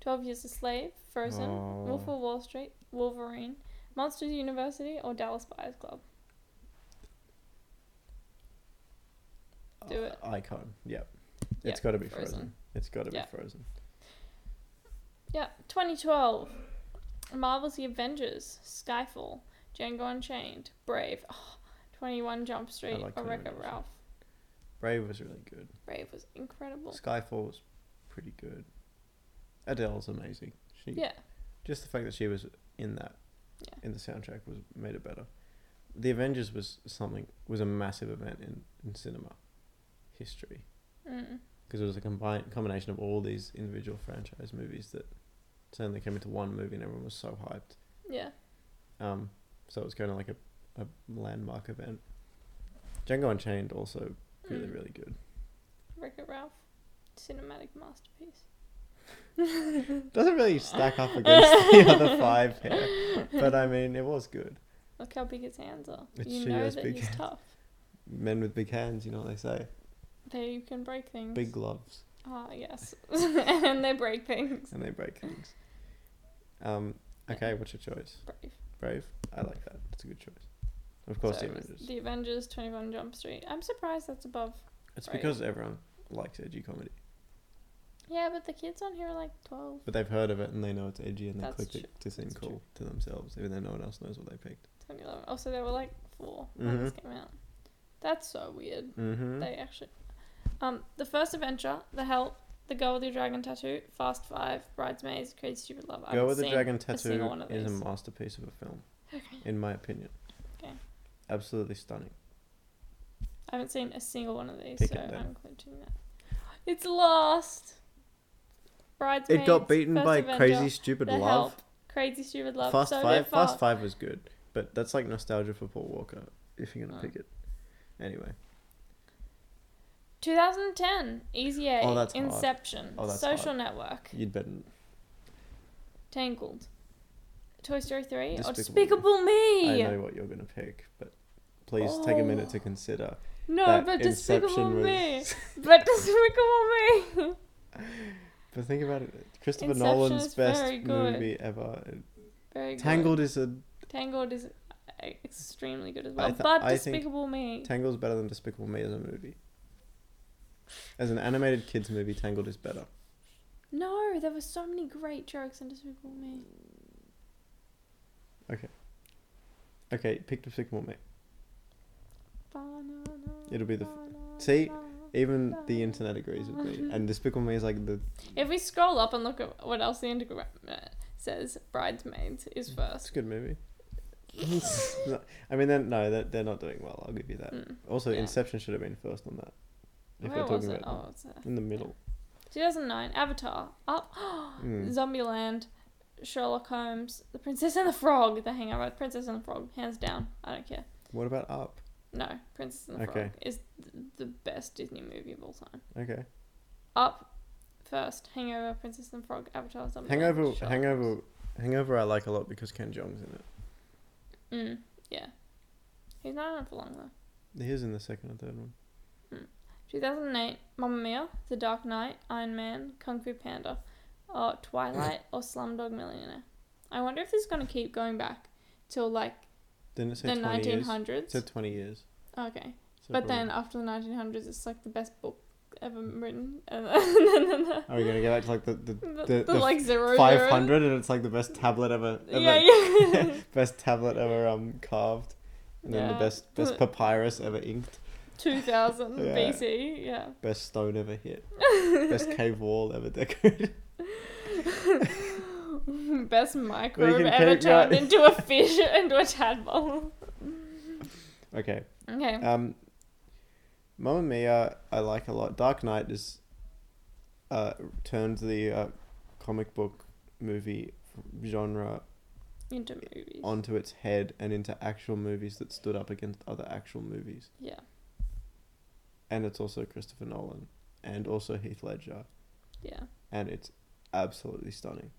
Speaker 1: 12 Years a Slave, Frozen, Wolf
Speaker 2: Oh.
Speaker 1: of Wall Street, Wolverine, Monsters University, or Dallas Buyers Club. Do it.
Speaker 2: I- Icon. Yeah.
Speaker 1: Yeah,
Speaker 2: It's got to be frozen.
Speaker 1: Frozen.
Speaker 2: It's got to
Speaker 1: Yeah.
Speaker 2: be frozen.
Speaker 1: Yeah, 2012. Marvel's The Avengers, Skyfall, Django Unchained, Brave, oh, 21 Jump Street,
Speaker 2: like
Speaker 1: or
Speaker 2: 21
Speaker 1: Wreck-It
Speaker 2: Jump Street.
Speaker 1: Ralph.
Speaker 2: Brave was really good.
Speaker 1: Brave was incredible.
Speaker 2: Skyfall was pretty good. Adele's amazing. She
Speaker 1: Yeah,
Speaker 2: just the fact that she was in that
Speaker 1: Yeah.
Speaker 2: in the soundtrack was made it better. The Avengers was something was a massive event in, in cinema history
Speaker 1: mm,
Speaker 2: because it was a combined combination of all these individual franchise movies that suddenly came into one movie and everyone was so hyped.
Speaker 1: yeah.
Speaker 2: Um, so it was kind of like a, a landmark event. Django Unchained also really
Speaker 1: mm.
Speaker 2: really good.
Speaker 1: Wreck-It Ralph, cinematic masterpiece.
Speaker 2: Doesn't really stack up against
Speaker 1: [LAUGHS]
Speaker 2: the other five here, but I mean it was good.
Speaker 1: Look how big his hands are.
Speaker 2: It's
Speaker 1: you
Speaker 2: true, he
Speaker 1: know
Speaker 2: has
Speaker 1: that
Speaker 2: big
Speaker 1: he's
Speaker 2: hands.
Speaker 1: tough.
Speaker 2: Men with big hands, you know what they say.
Speaker 1: They can break things.
Speaker 2: Big gloves.
Speaker 1: Ah,
Speaker 2: [LAUGHS]
Speaker 1: yes. [LAUGHS] and they break things.
Speaker 2: and they break things. Um,
Speaker 1: Yeah.
Speaker 2: okay, what's your choice?
Speaker 1: Brave.
Speaker 2: Brave. I like that. That's a good choice. Of course,
Speaker 1: So
Speaker 2: the
Speaker 1: it was
Speaker 2: Avengers.
Speaker 1: The Avengers, 21 Jump Street. I'm surprised that's above.
Speaker 2: It's
Speaker 1: Brave.
Speaker 2: because everyone likes edgy comedy,
Speaker 1: Yeah, but the kids on here are like 12.
Speaker 2: but they've heard of it and they know it's edgy and they
Speaker 1: That's
Speaker 2: clicked
Speaker 1: true.
Speaker 2: it to seem
Speaker 1: That's true.
Speaker 2: cool to themselves, even though no one else knows what they picked.
Speaker 1: 10, 11. Oh, so they were like 4 when this came out. That's so weird.
Speaker 2: Mm-hmm.
Speaker 1: They actually. Um, the first adventure, The Help, The Girl with the Dragon Tattoo, Fast Five, Bridesmaids, Crazy Stupid Love. I
Speaker 2: Girl
Speaker 1: haven't
Speaker 2: with the
Speaker 1: seen-
Speaker 2: Dragon
Speaker 1: single
Speaker 2: Tattoo
Speaker 1: one of
Speaker 2: is a
Speaker 1: these.
Speaker 2: masterpiece of a film,
Speaker 1: Okay.
Speaker 2: in my opinion.
Speaker 1: Okay.
Speaker 2: Absolutely stunning.
Speaker 1: I haven't seen a single one of these, so
Speaker 2: Pick it then.
Speaker 1: I'm clutching that. It's Lost. Bridesmaids.
Speaker 2: It got beaten
Speaker 1: First
Speaker 2: by
Speaker 1: Avenger,
Speaker 2: Crazy Stupid
Speaker 1: The
Speaker 2: Love.
Speaker 1: Help, Crazy Stupid Love.
Speaker 2: Fast
Speaker 1: so
Speaker 2: Five.
Speaker 1: Good Fart.
Speaker 2: Fast Five was good, but that's like nostalgia for Paul Walker. If you're gonna
Speaker 1: Mm.
Speaker 2: pick it, anyway.
Speaker 1: 2010. Easy A.
Speaker 2: Oh, that's hard.
Speaker 1: Inception.
Speaker 2: Oh, that's
Speaker 1: Social Network.
Speaker 2: You'd better.
Speaker 1: Tangled. Toy Story 3 or
Speaker 2: Despicable
Speaker 1: Despicable Me.
Speaker 2: I know what you're gonna pick, but please take a minute to consider.
Speaker 1: No,
Speaker 2: that
Speaker 1: Oh. but Despicable
Speaker 2: Inception
Speaker 1: Me.
Speaker 2: was-
Speaker 1: [LAUGHS] But Despicable Me. [LAUGHS]
Speaker 2: [LAUGHS] But think about it. Christopher
Speaker 1: Inception
Speaker 2: Nolan's
Speaker 1: is
Speaker 2: best
Speaker 1: very good.
Speaker 2: movie ever.
Speaker 1: Very good.
Speaker 2: Tangled is a
Speaker 1: Tangled is uh, extremely good as well.
Speaker 2: th-
Speaker 1: but
Speaker 2: I think
Speaker 1: Despicable Me.
Speaker 2: Tangled's better than Despicable Me as a movie. As an animated kids movie, Tangled is better.
Speaker 1: no, there were so many great jokes in Despicable Me.
Speaker 2: Okay, pick Despicable Me.
Speaker 1: Banana,
Speaker 2: It'll be the f-
Speaker 1: banana,
Speaker 2: See?
Speaker 1: banana.
Speaker 2: Even the internet agrees
Speaker 1: [LAUGHS]
Speaker 2: with me. And Despicable Me is like the
Speaker 1: If we scroll up and look at what else the Instagram uh, says, Bridesmaids is
Speaker 2: it's a
Speaker 1: first.
Speaker 2: good movie. [LAUGHS] No, I mean, then no, they're, they're not doing well. I'll give you that.
Speaker 1: Mm.
Speaker 2: Also,
Speaker 1: Yeah.
Speaker 2: Inception should have been first on that. If
Speaker 1: Where
Speaker 2: Uh, we're
Speaker 1: was
Speaker 2: talking
Speaker 1: it?
Speaker 2: about
Speaker 1: Oh, it's there.
Speaker 2: in the middle.
Speaker 1: 2009, Avatar, Up, [GASPS]
Speaker 2: Mm.
Speaker 1: Zombieland, Sherlock Holmes, The Princess and the Frog, The Hangover, Princess and the Frog, hands down. I don't care.
Speaker 2: What about Up?
Speaker 1: No, Princess and the
Speaker 2: Okay.
Speaker 1: Frog is th- the best Disney movie of all time.
Speaker 2: Okay.
Speaker 1: Up, first, Hangover, Princess and the Frog, Avatar, Zombieland.
Speaker 2: Hangover,
Speaker 1: Sherlock Holmes.
Speaker 2: Hangover, Hangover. I like a lot because Ken Jeong's in it.
Speaker 1: Mm, yeah. He's not in it for long though.
Speaker 2: He is in the second and third one.
Speaker 1: 2008, Mamma Mia, The Dark Knight, Iron Man, Kung Fu Panda, uh, Twilight, or Slumdog Millionaire. I wonder if this is going to keep going back till like
Speaker 2: Didn't it say
Speaker 1: the
Speaker 2: twenty years?
Speaker 1: 1900s.
Speaker 2: It said twenty years.
Speaker 1: okay.
Speaker 2: So
Speaker 1: But
Speaker 2: probably- Mm.
Speaker 1: then after the 1900s, it's like the best book ever written. [LAUGHS] And then-
Speaker 2: are we gonna go back to like the
Speaker 1: [LAUGHS]
Speaker 2: the,
Speaker 1: the,
Speaker 2: the,
Speaker 1: the, like zero
Speaker 2: five hundred and it's like the best tablet ever?
Speaker 1: zero.
Speaker 2: ever
Speaker 1: Yeah, [LAUGHS] yeah.
Speaker 2: [LAUGHS] best tablet ever um carved, and then
Speaker 1: Yeah.
Speaker 2: the best best papyrus ever inked,
Speaker 1: 2000
Speaker 2: Yeah.
Speaker 1: BC, yeah. [LAUGHS]
Speaker 2: best stone ever hit, best cave wall ever decorated. [LAUGHS]
Speaker 1: Best microbe
Speaker 2: can
Speaker 1: ever
Speaker 2: keep
Speaker 1: turned
Speaker 2: going.
Speaker 1: into a fish, [LAUGHS] into a tadpole.
Speaker 2: Okay.
Speaker 1: Okay.
Speaker 2: Um, Mamma Mia, I like a lot. Dark Knight is uh, turned the uh, comic book movie genre
Speaker 1: into movies.
Speaker 2: onto its head and into actual movies that stood up against other actual movies.
Speaker 1: yeah.
Speaker 2: And it's also Christopher Nolan and also Heath Ledger.
Speaker 1: Yeah.
Speaker 2: And it's absolutely stunning.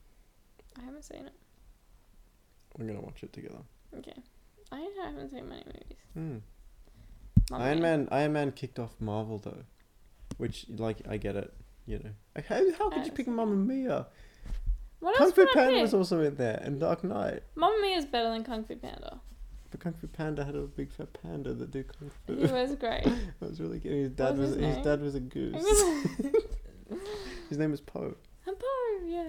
Speaker 1: I haven't seen it.
Speaker 2: We're going to watch it together.
Speaker 1: Okay. I haven't seen many movies.
Speaker 2: Hmm.
Speaker 1: Mamma
Speaker 2: Iron
Speaker 1: Mia.
Speaker 2: Man Iron Man kicked off Marvel though, which like I get it, you know. Like, How, how could you
Speaker 1: Yes.
Speaker 2: pick Mamma Mia?
Speaker 1: What
Speaker 2: Kung
Speaker 1: else
Speaker 2: Fu
Speaker 1: would I
Speaker 2: Panda
Speaker 1: pick?
Speaker 2: was also in there, and Dark Knight.
Speaker 1: Mamma Mia is better than Kung Fu Panda.
Speaker 2: But Kung Fu Panda had a big fat panda that did kung
Speaker 1: He
Speaker 2: [LAUGHS] fu.
Speaker 1: was great.
Speaker 2: that was really good. His dad
Speaker 1: was
Speaker 2: was,
Speaker 1: his
Speaker 2: his
Speaker 1: name?
Speaker 2: dad was a goose.
Speaker 1: [LAUGHS]
Speaker 2: his name was Poe.
Speaker 1: Empire, oh, yeah.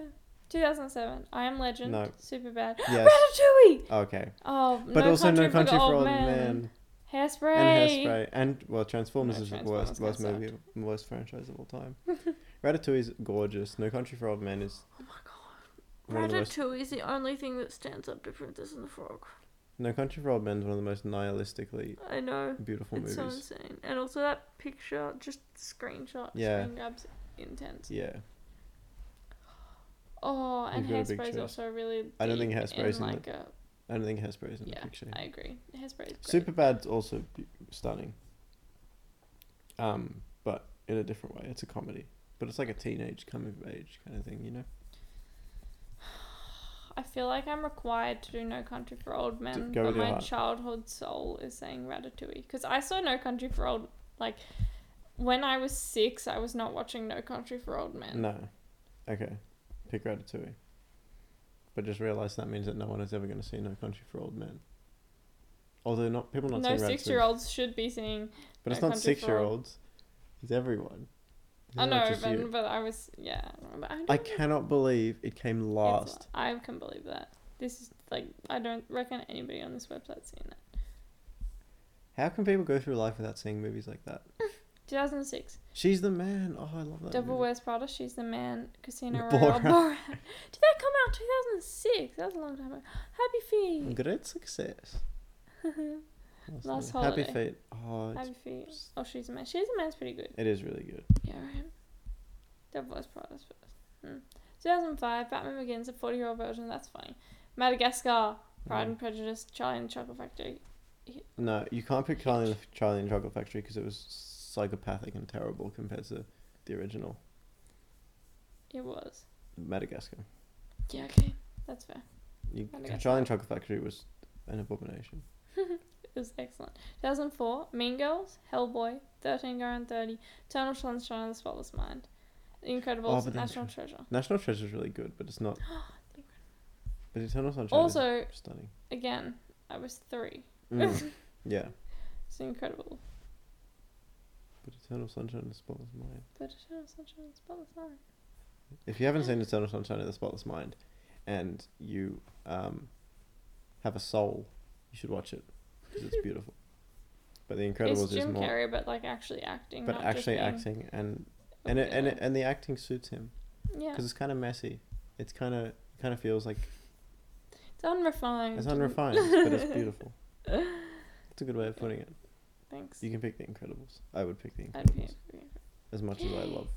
Speaker 1: 2007. I Am Legend.
Speaker 2: No.
Speaker 1: Super bad. [GASPS]
Speaker 2: Yes.
Speaker 1: Ratatouille!
Speaker 2: Okay.
Speaker 1: Oh,
Speaker 2: But
Speaker 1: no
Speaker 2: also
Speaker 1: country
Speaker 2: No Country for Old
Speaker 1: Men.
Speaker 2: Men
Speaker 1: Hairspray.
Speaker 2: and Hairspray and well Transformers
Speaker 1: No,
Speaker 2: is the
Speaker 1: Transformers
Speaker 2: worst worst
Speaker 1: kinda
Speaker 2: movie of- worst franchise of all
Speaker 1: [LAUGHS]
Speaker 2: time. Ratatouille is gorgeous. No Country for Old Men is
Speaker 1: Oh my
Speaker 2: one
Speaker 1: god.
Speaker 2: of the most.
Speaker 1: Ratatouille is the only thing that stands up to Princess and the Frog.
Speaker 2: No Country for Old Men is one of the most nihilistically
Speaker 1: I know.
Speaker 2: beautiful
Speaker 1: it's
Speaker 2: movies.
Speaker 1: so insane. And also that picture, just screenshot,
Speaker 2: Yeah.
Speaker 1: screen grabs, intense.
Speaker 2: Yeah,
Speaker 1: Oh, and
Speaker 2: You've got a big
Speaker 1: Hairspray is
Speaker 2: choice.
Speaker 1: also really.
Speaker 2: I don't think
Speaker 1: deep
Speaker 2: Hairspray is
Speaker 1: in
Speaker 2: in
Speaker 1: like a.
Speaker 2: I don't think Hairspray is in
Speaker 1: Yeah,
Speaker 2: the picture.
Speaker 1: I agree. Hairspray is great.
Speaker 2: Superbad's also be- stunning. Um, but in a different way. It's a comedy, but it's like a teenage coming of age kind of thing, you know.
Speaker 1: I feel like I'm required to do No Country for Old Men,
Speaker 2: go
Speaker 1: but
Speaker 2: with your
Speaker 1: my
Speaker 2: heart.
Speaker 1: childhood soul is saying Ratatouille because I saw No Country for Old like when I was six. I was not watching No Country for Old Men.
Speaker 2: No. Okay. Pick Ratatouille. But just realize that means that no one is ever going to see No Country for Old Men. Although not people not
Speaker 1: no
Speaker 2: seeing
Speaker 1: six
Speaker 2: Ratatouille.
Speaker 1: year olds should be seeing.
Speaker 2: but it's
Speaker 1: No
Speaker 2: not
Speaker 1: Country
Speaker 2: six
Speaker 1: for
Speaker 2: year
Speaker 1: Old-
Speaker 2: olds. It's everyone. It's
Speaker 1: I
Speaker 2: not
Speaker 1: know,
Speaker 2: just you.
Speaker 1: but, but I was yeah. I don't- I, don't
Speaker 2: I
Speaker 1: know.
Speaker 2: cannot believe it came
Speaker 1: It's-
Speaker 2: last.
Speaker 1: I can believe that. This is like I don't reckon anybody on this website's seen that.
Speaker 2: How can people go through life without seeing movies like that?
Speaker 1: 2006.
Speaker 2: She's the man. Oh, I love that.
Speaker 1: Double
Speaker 2: movie.
Speaker 1: Wears Prada, She's the Man, Casino
Speaker 2: Borat.
Speaker 1: Royale,
Speaker 2: [LAUGHS]
Speaker 1: Borat. Did that come out 2006? That was a long time ago. Happy Feet.
Speaker 2: Great success.
Speaker 1: [LAUGHS]
Speaker 2: That's
Speaker 1: Last
Speaker 2: nice. Happy
Speaker 1: Holiday.
Speaker 2: Feet. Oh, it's,
Speaker 1: Happy Feet. Oh, She's a Man. She's a Man's pretty good.
Speaker 2: it is really good.
Speaker 1: Yeah, right. Devil Wears Prada's first. Hmm. 2005, Batman Begins, a 40 year old version. That's funny. Madagascar, Pride
Speaker 2: Mm.
Speaker 1: and Prejudice, Charlie and the Chocolate Factory.
Speaker 2: No, you can't pick Charlie and the, Charlie and the Chocolate Factory because it was psychopathic and terrible compared to the original
Speaker 1: It was.
Speaker 2: Madagascar.
Speaker 1: Yeah, okay. That's fair.
Speaker 2: You,
Speaker 1: Madagascar.
Speaker 2: Charlie and the Chocolate Factory was an abomination.
Speaker 1: It was excellent. 2004, Mean Girls, Hellboy, 13 Going 30, Eternal Sunshine of the Spotless Mind, The
Speaker 2: Oh,
Speaker 1: Incredibles,
Speaker 2: but The
Speaker 1: National Treasure.
Speaker 2: National Treasure is really good, but
Speaker 1: [GASPS]
Speaker 2: it's not. But Eternal Sunshine
Speaker 1: Also,
Speaker 2: is stunning.
Speaker 1: again, I was three. [LAUGHS]
Speaker 2: Mm, yeah,
Speaker 1: It's incredible.
Speaker 2: but Eternal Sunshine of the Spotless Mind.
Speaker 1: But Eternal Sunshine of the Spotless Mind.
Speaker 2: If you haven't seen Eternal Sunshine of the Spotless Mind, and you um, have a soul, you should watch it because it's beautiful. But The Incredibles
Speaker 1: it's
Speaker 2: is
Speaker 1: Jim
Speaker 2: more,
Speaker 1: Carrey, but like actually acting.
Speaker 2: but
Speaker 1: not
Speaker 2: actually
Speaker 1: just being
Speaker 2: acting and
Speaker 1: a
Speaker 2: and it, and
Speaker 1: villain.
Speaker 2: it, and the acting suits him
Speaker 1: Yeah.
Speaker 2: because it's kind of messy. It's kind of kind of feels like
Speaker 1: It's unrefined.
Speaker 2: it's unrefined, but
Speaker 1: [LAUGHS]
Speaker 2: it's beautiful. It's a good way of putting it.
Speaker 1: Thanks.
Speaker 2: You can pick The Incredibles. I would pick The
Speaker 1: I'd be
Speaker 2: Incredibles
Speaker 1: happy.
Speaker 2: as much as I love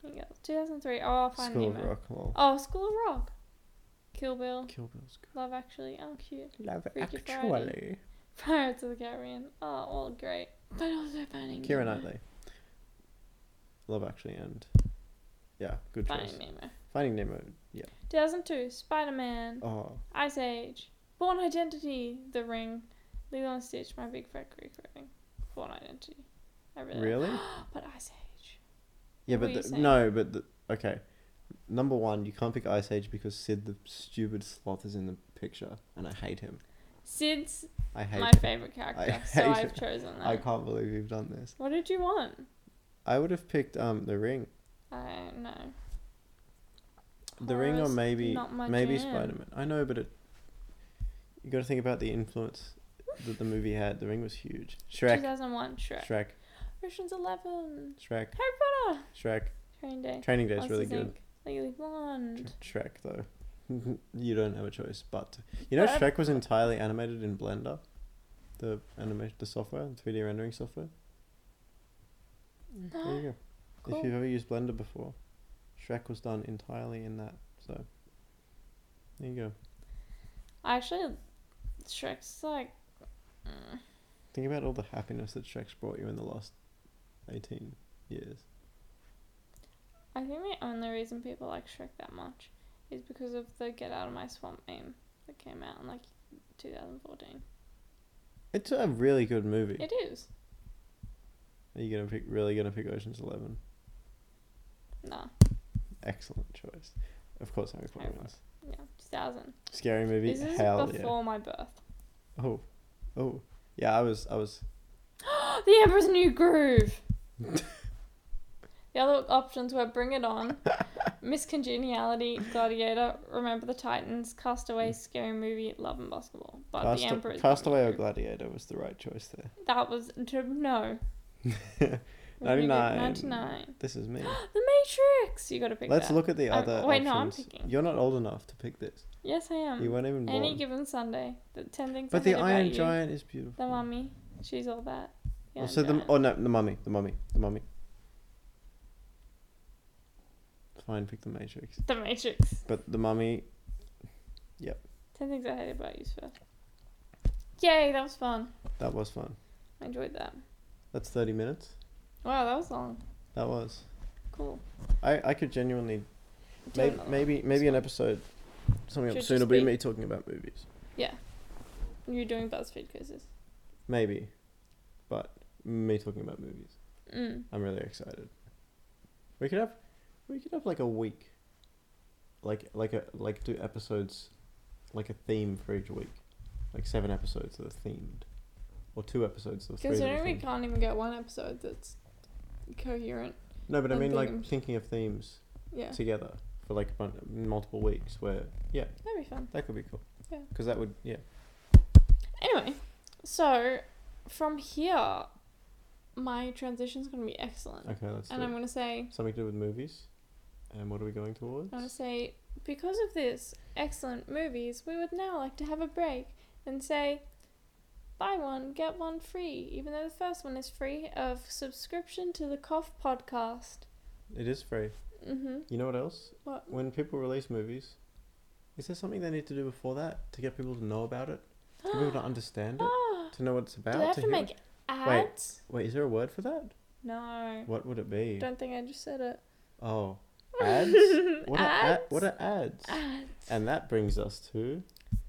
Speaker 1: Here you go. 2003. Oh, [GASPS] I'll find
Speaker 2: School of
Speaker 1: Nemo.
Speaker 2: Rock. Lol.
Speaker 1: Oh, School of Rock. Kill Bill.
Speaker 2: Kill Bill's good.
Speaker 1: Love Actually. Oh, cute. [LAUGHS]
Speaker 2: Love
Speaker 1: Freaky Friday. Pirates of the Caribbean. Oh, all great. But also Finding
Speaker 2: Kira
Speaker 1: Nemo.
Speaker 2: Knightley. Love Actually and yeah, good choice.
Speaker 1: Finding Nemo.
Speaker 2: Finding Nemo.
Speaker 1: 2002. Spider Man.
Speaker 2: Oh,
Speaker 1: Ice Age. Born Identity. The Ring. Lilo and Stitch. My Big Fat Greek Wedding. Born Identity. I really.
Speaker 2: really?
Speaker 1: But Ice Age.
Speaker 2: Yeah,
Speaker 1: What were
Speaker 2: but
Speaker 1: you
Speaker 2: the,
Speaker 1: saying?
Speaker 2: no, but the, okay. Number one, you can't pick Ice Age because Sid the stupid sloth is in the picture, and I hate him.
Speaker 1: Sid's
Speaker 2: I hate.
Speaker 1: my
Speaker 2: him.
Speaker 1: favorite character,
Speaker 2: hate
Speaker 1: so
Speaker 2: him.
Speaker 1: I've chosen that.
Speaker 2: I can't believe you've done this.
Speaker 1: What did you want?
Speaker 2: I would have picked um the ring,
Speaker 1: I don't know.
Speaker 2: the ring, or
Speaker 1: Horror's
Speaker 2: maybe
Speaker 1: Oh, not my
Speaker 2: maybe
Speaker 1: jam.
Speaker 2: Spider Man. I know, but it. You got to think about the influence that the movie had. The ring was huge. Shrek,
Speaker 1: 2001 Shrek.
Speaker 2: Shrek,
Speaker 1: Ocean's Eleven.
Speaker 2: Shrek,
Speaker 1: Harry Potter.
Speaker 2: Shrek.
Speaker 1: Train Day.
Speaker 2: Training Day is
Speaker 1: Monsters,
Speaker 2: really good.
Speaker 1: Inc. Legally Blonde.
Speaker 2: Sh- Shrek though, [LAUGHS] you don't have a choice but to- you know
Speaker 1: But I've-
Speaker 2: Shrek was entirely animated in Blender, the animation, the software, the three D rendering software. There
Speaker 1: [GASPS]
Speaker 2: you go. If
Speaker 1: Mm. Cool.
Speaker 2: you've ever used Blender before, Shrek was done entirely in that. So there you go.
Speaker 1: I actually, Shrek's like. mm,
Speaker 2: Think about all the happiness that Shrek's brought you in the last eighteen years.
Speaker 1: I think the only reason people like Shrek that much is because of the Get Out of My Swamp meme that came out in like 2014.
Speaker 2: It's a really good movie.
Speaker 1: It is.
Speaker 2: Are you gonna pick? Really gonna pick Ocean's Eleven?
Speaker 1: Nah.
Speaker 2: Excellent choice. Of course, Harry Potter
Speaker 1: Harry
Speaker 2: wins.
Speaker 1: Yeah. 2000.
Speaker 2: Scary movie.
Speaker 1: This is
Speaker 2: Hell yeah.
Speaker 1: before my birth. [GASPS]
Speaker 2: Oh, oh, yeah. I was, I was.
Speaker 1: The Emperor's New
Speaker 2: [LAUGHS]
Speaker 1: Groove. the other options were Bring It On, Miss Congeniality, Gladiator, Remember the Titans, Castaway, Scary Movie, Love and Basketball. But
Speaker 2: Cast,
Speaker 1: the Emperor's
Speaker 2: Mm. Castaway or
Speaker 1: New Groove.
Speaker 2: Gladiator was the right choice there.
Speaker 1: That was
Speaker 2: [LAUGHS]
Speaker 1: no.
Speaker 2: Ninety nine.
Speaker 1: Ninety nine.
Speaker 2: This is me.
Speaker 1: The Matrix. You got to [GASPS] pick
Speaker 2: Let's
Speaker 1: that.
Speaker 2: look at the
Speaker 1: I'm-
Speaker 2: other
Speaker 1: wait, no, I'm
Speaker 2: options.
Speaker 1: picking.
Speaker 2: You're not old enough to pick this.
Speaker 1: Yes, I am.
Speaker 2: You weren't even born.
Speaker 1: Any given Sunday, the ten things.
Speaker 2: but
Speaker 1: I
Speaker 2: the
Speaker 1: hate about
Speaker 2: Iron
Speaker 1: you.
Speaker 2: Giant is beautiful.
Speaker 1: The Mummy. She's all that. The
Speaker 2: Oh,
Speaker 1: Iron
Speaker 2: so the
Speaker 1: Giant.
Speaker 2: oh no, the mummy, the mummy, the mummy. Fine, pick the Matrix.
Speaker 1: The Matrix.
Speaker 2: But the mummy,
Speaker 1: Ten things I hate about you first. Yay, that was fun.
Speaker 2: that was fun.
Speaker 1: I enjoyed that.
Speaker 2: That's thirty minutes.
Speaker 1: Wow, that was long.
Speaker 2: That was.
Speaker 1: Cool.
Speaker 2: I I could genuinely
Speaker 1: Do
Speaker 2: maybe
Speaker 1: another
Speaker 2: maybe, maybe an episode something up
Speaker 1: Should
Speaker 2: soon will
Speaker 1: just
Speaker 2: be
Speaker 1: be-
Speaker 2: me talking about movies.
Speaker 1: one. You're doing BuzzFeed quizzes.
Speaker 2: Maybe. But me talking about movies.
Speaker 1: Mm.
Speaker 2: I'm really excited. We could have we could have like a week. Like like a like do episodes like a theme for each week. Like seven episodes that are themed. Or two episodes that are three that are
Speaker 1: Considering we
Speaker 2: themed.
Speaker 1: can't even get one episode that's coherent.
Speaker 2: No, but I
Speaker 1: I'm
Speaker 2: mean like
Speaker 1: thinking-
Speaker 2: thinking of themes
Speaker 1: Yeah.
Speaker 2: together for like mon- multiple weeks where yeah,
Speaker 1: That'd be fun.
Speaker 2: that could be cool.
Speaker 1: Yeah.
Speaker 2: Cuz that would yeah.
Speaker 1: Anyway, so from here, my transition's going to be excellent.
Speaker 2: Okay, let's do
Speaker 1: And
Speaker 2: it.
Speaker 1: I'm going to say,
Speaker 2: Something to do with movies. And what are we going towards?
Speaker 1: I'm going to say, because of this excellent movies, we would now like to have a break and say, Buy one, get one free, even though the first one is free of subscription to the Cough podcast.
Speaker 2: It is free.
Speaker 1: Mm-hmm.
Speaker 2: You know what else?
Speaker 1: What?
Speaker 2: When people release movies, is there something they need to do before that to get people to know about it,
Speaker 1: [GASPS]
Speaker 2: to get people to understand it,
Speaker 1: Ah,
Speaker 2: to know what it's about?
Speaker 1: Do they have
Speaker 2: to
Speaker 1: to
Speaker 2: hear-
Speaker 1: make ads?
Speaker 2: Wait, is there a word for that?
Speaker 1: No.
Speaker 2: What would it be?
Speaker 1: Don't think I just said it. [LAUGHS]
Speaker 2: Oh, ads. [LAUGHS] What are ad-
Speaker 1: ads?
Speaker 2: what are ads?
Speaker 1: ads?
Speaker 2: And that brings us to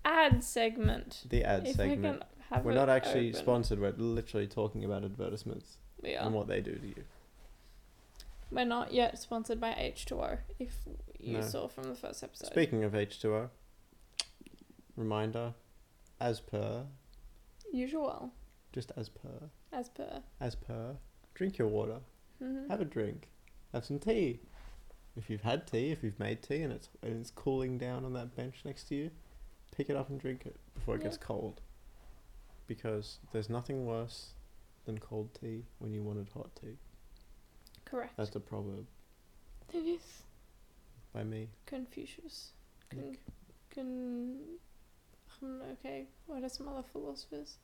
Speaker 1: Ad segment.
Speaker 2: the ad
Speaker 1: If I
Speaker 2: segment.
Speaker 1: can have
Speaker 2: We're
Speaker 1: it
Speaker 2: not actually
Speaker 1: open.
Speaker 2: sponsored. We're literally talking about advertisements
Speaker 1: We are.
Speaker 2: and what they do to you.
Speaker 1: We're not yet sponsored by H2O, if you
Speaker 2: No.
Speaker 1: saw from the first episode.
Speaker 2: Speaking of H2O, reminder, as per,
Speaker 1: Usual,
Speaker 2: just as per,
Speaker 1: as per.
Speaker 2: as per, drink your water,
Speaker 1: hmm
Speaker 2: have a drink, have some tea. If you've had tea, if you've made tea and it's and it's cooling down on that bench next to you, pick it up and drink it before it
Speaker 1: Yeah.
Speaker 2: gets cold. Because there's nothing worse than cold tea when you wanted hot tea.
Speaker 1: Correct.
Speaker 2: That's a proverb
Speaker 1: [LAUGHS] it is
Speaker 2: by me.
Speaker 1: Confucius. Con,
Speaker 2: Nick.
Speaker 1: con, um, okay, what are some other philosophers?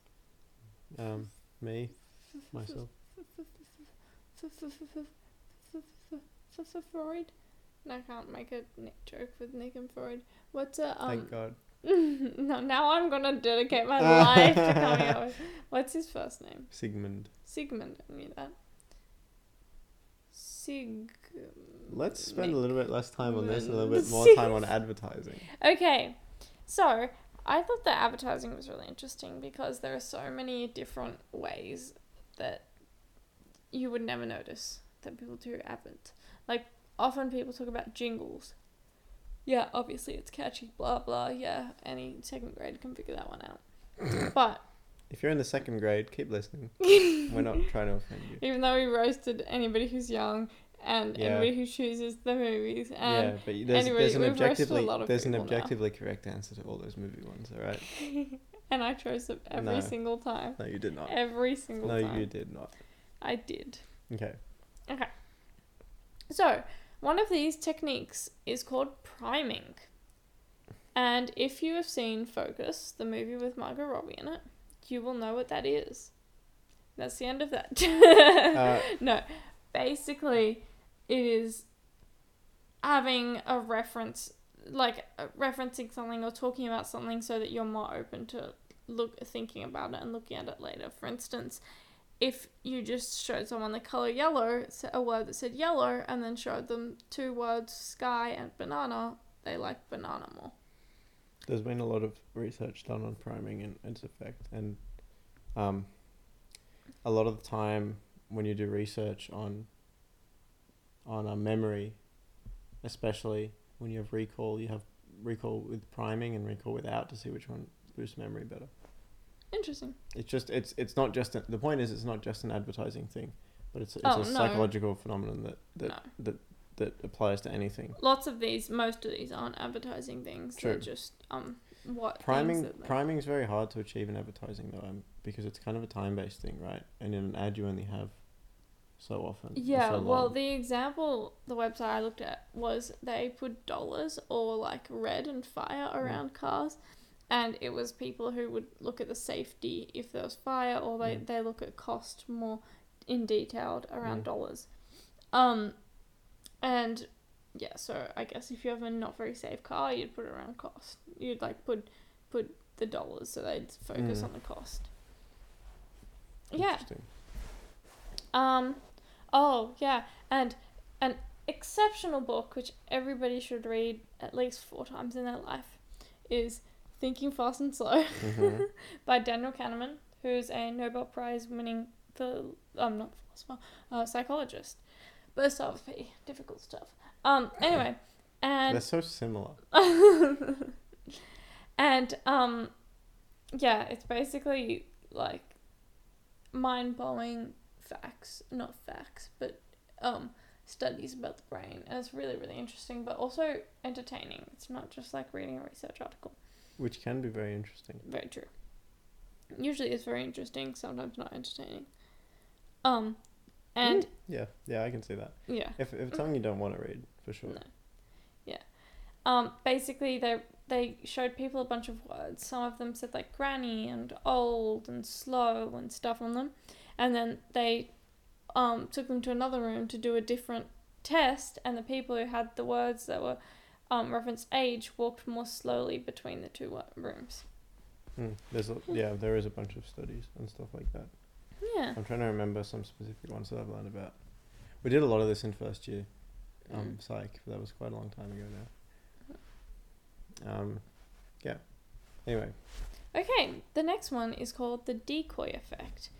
Speaker 2: Um, me, myself.
Speaker 1: Freud? No, I can't make a Nick joke with Nick and Freud. What's a um?
Speaker 2: Thank God.
Speaker 1: [LAUGHS] no, now I'm gonna dedicate
Speaker 2: [LAUGHS]
Speaker 1: my life to coming up with. What's his first name?
Speaker 2: Sigmund.
Speaker 1: Sigmund, I uh, knew that. Sig.
Speaker 2: Let's spend a little bit less time on this and a
Speaker 1: [LAUGHS]
Speaker 2: little bit more
Speaker 1: Sigmund.
Speaker 2: time on advertising.
Speaker 1: Okay, so I thought that advertising was really interesting because there are so many different ways that you would never notice that people do advert. Like, often people talk about jingles. Yeah, obviously it's catchy, blah, blah, yeah. Any second grade can figure that one
Speaker 2: [LAUGHS]
Speaker 1: out. but
Speaker 2: If you're in the second grade,
Speaker 1: [LAUGHS]
Speaker 2: keep listening. We're not trying to offend you.
Speaker 1: even though we roasted anybody who's young and
Speaker 2: Yeah.
Speaker 1: anybody who chooses the movies
Speaker 2: yeah,
Speaker 1: and
Speaker 2: but you- there's,
Speaker 1: Um, anyway,
Speaker 2: there's an
Speaker 1: we've roasted a
Speaker 2: objectively
Speaker 1: lot of
Speaker 2: there's an
Speaker 1: people now.
Speaker 2: objectively correct answer to all those movie ones, all right?
Speaker 1: and I chose them every
Speaker 2: No.
Speaker 1: single time.
Speaker 2: No, you did
Speaker 1: [LAUGHS]
Speaker 2: not.
Speaker 1: Every single
Speaker 2: No,
Speaker 1: time.
Speaker 2: you did not.
Speaker 1: I did.
Speaker 2: Okay.
Speaker 1: So, one of these techniques is called priming. And if you have seen Focus, the movie with Margot Robbie in it, you will know what that is. That's the end of that. [LAUGHS]
Speaker 2: Uh, [LAUGHS]
Speaker 1: no, basically, it is having a reference, like uh, referencing something or talking about something, so that you're more open to look thinking about it and looking at it later. For instance, if you just showed someone the color yellow, s- a word that said yellow, and then showed them two words, sky and banana, they like banana more.
Speaker 2: there's been a lot of research done on priming and its effect, and um, a lot of the time when you do research on on a memory, especially when you have recall, you have recall with priming and recall without to see which one boosts memory better.
Speaker 1: Interesting.
Speaker 2: It's just it's it's not just a, the point is it's not just an advertising thing, but it's it's
Speaker 1: Oh,
Speaker 2: a
Speaker 1: no.
Speaker 2: psychological phenomenon that that,
Speaker 1: no.
Speaker 2: that applies to anything.
Speaker 1: Lots of these, most of these aren't advertising things. They're
Speaker 2: True.
Speaker 1: just um what
Speaker 2: Priming
Speaker 1: things that they-
Speaker 2: priming is very hard to achieve in advertising though, um, because it's kind of a time based thing, right? And in an ad you only have so often. or
Speaker 1: Yeah,
Speaker 2: so
Speaker 1: well,
Speaker 2: long.
Speaker 1: the example, the website I looked at was they put dollars or like red and
Speaker 2: Mm.
Speaker 1: fire around cars, and it was people who would look at the safety if there was fire, or they,
Speaker 2: Mm.
Speaker 1: they look at cost more in detailed around
Speaker 2: Mm.
Speaker 1: dollars. Um, and yeah, so I guess if you have a not very safe car, you'd put it around cost. You'd like put put the dollars so they'd focus
Speaker 2: Mm.
Speaker 1: on the cost. Yeah,
Speaker 2: Interesting.
Speaker 1: um, oh yeah, and an exceptional book which everybody should read at least four times in their life is Thinking Fast and Slow
Speaker 2: Mhm.
Speaker 1: [LAUGHS] by Daniel Kahneman, who's a Nobel Prize winning phil- um not philosopher, uh, psychologist. But stuff, difficult stuff. Um, anyway, and
Speaker 2: They're so similar.
Speaker 1: [LAUGHS] and um yeah it's basically like mind-blowing facts not facts but um studies about the brain and it's really really interesting but also entertaining it's not just like reading a research article
Speaker 2: Which can be very interesting.
Speaker 1: very true usually it's very interesting sometimes not entertaining um and
Speaker 2: Yeah, yeah, I can see that.
Speaker 1: yeah
Speaker 2: If if it's something you don't want to read, for sure.
Speaker 1: No. Um, basically, they they showed people a bunch of words. Some of them said like granny and old and slow and stuff on them. And then they um, took them to another room to do a different test. And the people who had the words that were um, referenced age walked more slowly between the two wo- rooms.
Speaker 2: Hmm. There's a, yeah, there is a bunch of studies and stuff like that.
Speaker 1: Yeah.
Speaker 2: I'm trying to remember some specific ones that I've learned about. We did a lot of this in first year, um, psych. But that was quite a long time ago now. Um, yeah. Anyway,
Speaker 1: Okay, the next one is called the decoy effect.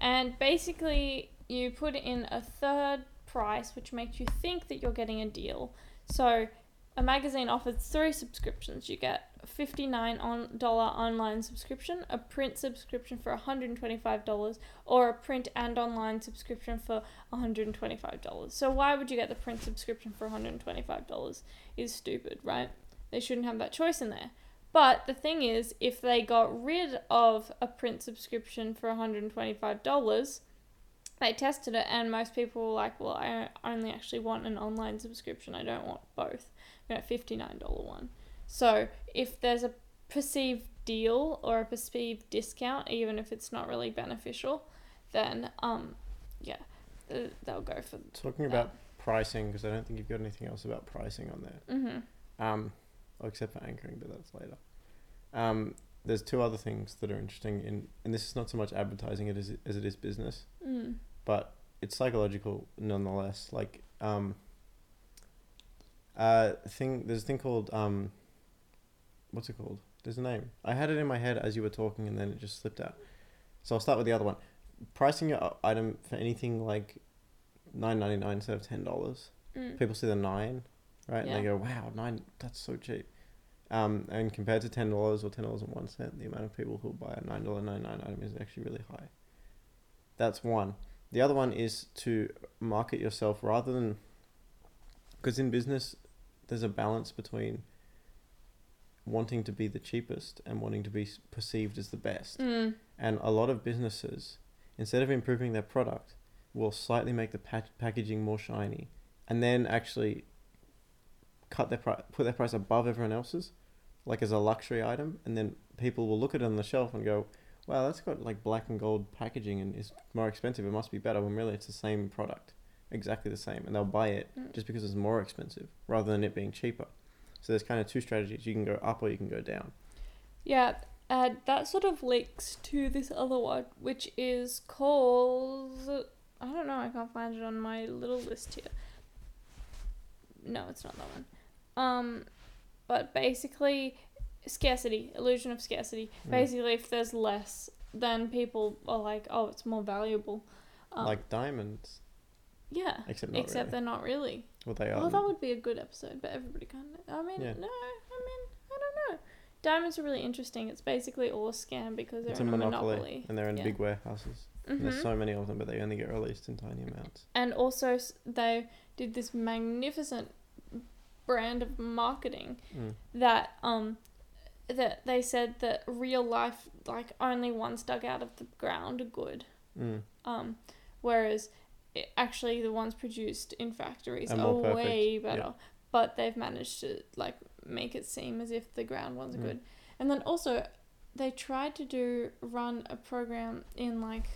Speaker 1: And basically, you put in a third price, which makes you think that you're getting a deal. So, a magazine offers three subscriptions. You get a $59 on, dollar online subscription, a print subscription for $125, or a print and online subscription for $125. So, why would you get the print subscription for $125? Is stupid, right? They shouldn't have that choice in there. But the thing is, if they got rid of a print subscription for $125, they tested it, and most people were like, Well, I only actually want an online subscription. I don't want both. You know, $59 one. So if there's a perceived deal or a perceived discount, even if it's not really beneficial, then, um, yeah, th- they'll go for.
Speaker 2: talking about pricing because I don't think you've got anything else about pricing on there.
Speaker 1: Mm-hmm.
Speaker 2: Um, oh, except for anchoring, but that's later. Um, there's two other things that are interesting in, and this is not so much advertising it as, as it is business,
Speaker 1: Mm.
Speaker 2: but it's psychological nonetheless. Like, um, uh, thing there's a thing called um, what's it called? There's a name. I had it in my head as you were talking, and then it just slipped out. So I'll start with the other one. Pricing your i- item for anything like nine ninety nine instead of ten dollars
Speaker 1: Mm.
Speaker 2: people see the nine, right? And they
Speaker 1: Yeah.
Speaker 2: go, "Wow, nine, that's so cheap." Um, and compared to ten dollars or ten dollars and one cent, the amount of people who buy a nine dollar nine nine item is actually really high. That's one. The other one is to market yourself rather than, because in business, there's a balance between wanting to be the cheapest and wanting to be s- perceived as the best.
Speaker 1: Mm.
Speaker 2: And a lot of businesses, instead of improving their product, will slightly make the pack packaging more shiny, and then actually cut their pri- put their price above everyone else's, like as a luxury item, and then people will look at it on the shelf and go, "Wow, that's got like black and gold packaging and is more expensive. It must be better." When really, it's the same product, exactly the same, and they'll buy it
Speaker 1: Mm.
Speaker 2: just because it's more expensive rather than it being cheaper. So there's kind of two strategies: you can go up or you can go down.
Speaker 1: Yeah, uh, that sort of links to this other one, which is called. I don't know, I can't find it on my little list here. No, it's not that one. Um, but basically, scarcity, illusion of scarcity.
Speaker 2: Mm.
Speaker 1: Basically, if there's less, then people are like, oh, it's more valuable. Um,
Speaker 2: like diamonds,
Speaker 1: yeah.
Speaker 2: except not
Speaker 1: Except
Speaker 2: really.
Speaker 1: they're not really.
Speaker 2: Well, they are.
Speaker 1: Well, that would be a good episode, but everybody kind of. I mean,
Speaker 2: Yeah.
Speaker 1: no, I mean, I don't know. Diamonds are really interesting. It's basically all a scam because they're
Speaker 2: It's a
Speaker 1: in
Speaker 2: monopoly, and they're in
Speaker 1: yeah.
Speaker 2: big warehouses. And
Speaker 1: hmm
Speaker 2: There's so many of them, but they only get released in tiny amounts.
Speaker 1: [LAUGHS] and also, s- they did this magnificent brand of marketing
Speaker 2: Mm.
Speaker 1: that um that they said that real life like only once dug out of the ground are good,
Speaker 2: Mm.
Speaker 1: um, whereas i actually the ones produced in factories
Speaker 2: Are
Speaker 1: are,
Speaker 2: more perfect,
Speaker 1: way
Speaker 2: yeah.
Speaker 1: better. But they've managed to like make it seem as if the ground ones are
Speaker 2: Mm.
Speaker 1: good. And then also, they tried to do run a program in like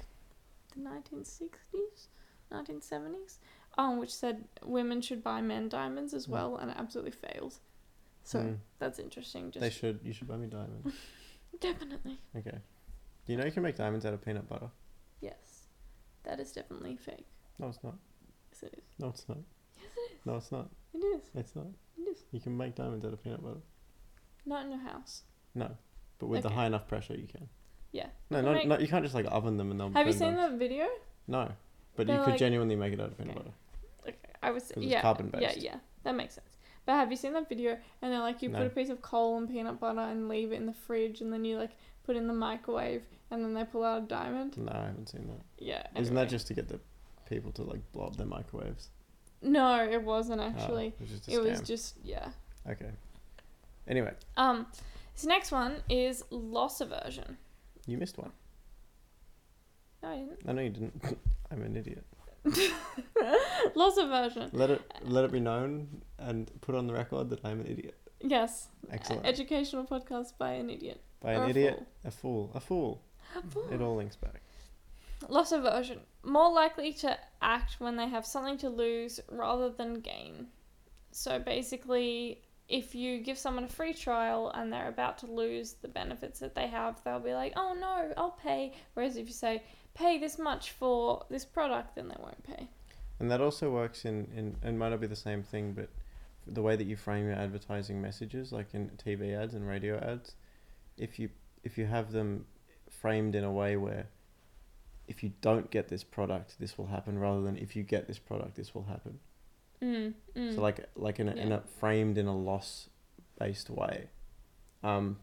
Speaker 1: the nineteen sixties, nineteen seventies, um, which said women should buy men diamonds as
Speaker 2: Mm.
Speaker 1: well, and it absolutely failed. So
Speaker 2: Mm.
Speaker 1: that's interesting. Just
Speaker 2: They should. You should buy me diamonds.
Speaker 1: [LAUGHS] definitely
Speaker 2: okay. Do you know you can make diamonds out of peanut butter?
Speaker 1: yes, that is definitely fake.
Speaker 2: No, it's not.
Speaker 1: Yes, it is.
Speaker 2: No, it's not. No, it's not.
Speaker 1: It is.
Speaker 2: It's not.
Speaker 1: It is.
Speaker 2: You can make diamonds out of peanut butter.
Speaker 1: Not in your house.
Speaker 2: No, but with the
Speaker 1: Okay.
Speaker 2: high enough pressure, you can.
Speaker 1: Yeah.
Speaker 2: No,
Speaker 1: You
Speaker 2: not,
Speaker 1: make-
Speaker 2: not you can't just like oven them and they'll.
Speaker 1: Have you
Speaker 2: turn
Speaker 1: seen
Speaker 2: dark.
Speaker 1: that video?
Speaker 2: No, but you
Speaker 1: They're
Speaker 2: could
Speaker 1: like-
Speaker 2: genuinely make it out of peanut
Speaker 1: Okay.
Speaker 2: butter.
Speaker 1: Okay, I was
Speaker 2: 'Cause it's
Speaker 1: yeah, yeah,
Speaker 2: carbon-based.
Speaker 1: yeah. That makes sense. But have you seen that video? And they're like, you put
Speaker 2: No.
Speaker 1: a piece of coal and peanut butter and leave it in the fridge, and then you like put it in the microwave, and then they pull out a diamond.
Speaker 2: No, I haven't seen that.
Speaker 1: Yeah.
Speaker 2: not that
Speaker 1: anyway.
Speaker 2: just to get the people to like blow up their microwaves?
Speaker 1: No, it wasn't
Speaker 2: Ah,
Speaker 1: actually.
Speaker 2: it was just a
Speaker 1: it was
Speaker 2: scam.
Speaker 1: just yeah.
Speaker 2: Okay. Anyway,
Speaker 1: Um, this next one is loss aversion.
Speaker 2: you missed one.
Speaker 1: No, I didn't. [LAUGHS]
Speaker 2: I know you didn't. [LAUGHS] I'm an idiot.
Speaker 1: Loss aversion.
Speaker 2: Let it let it be known and put on the record that I'm an idiot.
Speaker 1: Yes.
Speaker 2: Excellent.
Speaker 1: Educational podcast by an idiot.
Speaker 2: By
Speaker 1: or
Speaker 2: an
Speaker 1: a
Speaker 2: idiot, a fool, a fool.
Speaker 1: fool.
Speaker 2: It all links back.
Speaker 1: Loss aversion. More likely to act when they have something to lose rather than gain. So basically, if you give someone a free trial and they're about to lose the benefits that they have, they'll be like, oh no, I'll pay. Whereas if you say, pay this much for this product, then they won't pay.
Speaker 2: And that also works in, in and might not be the same thing, but the way that you frame your advertising messages, like in TV ads and radio ads, if you if you have them framed in a way where if you don't get this product, this will happen, rather than if you get this product, this will happen.
Speaker 1: Mm, mm.
Speaker 2: So like like in a, in
Speaker 1: Yeah.
Speaker 2: a framed in a loss based way. Um,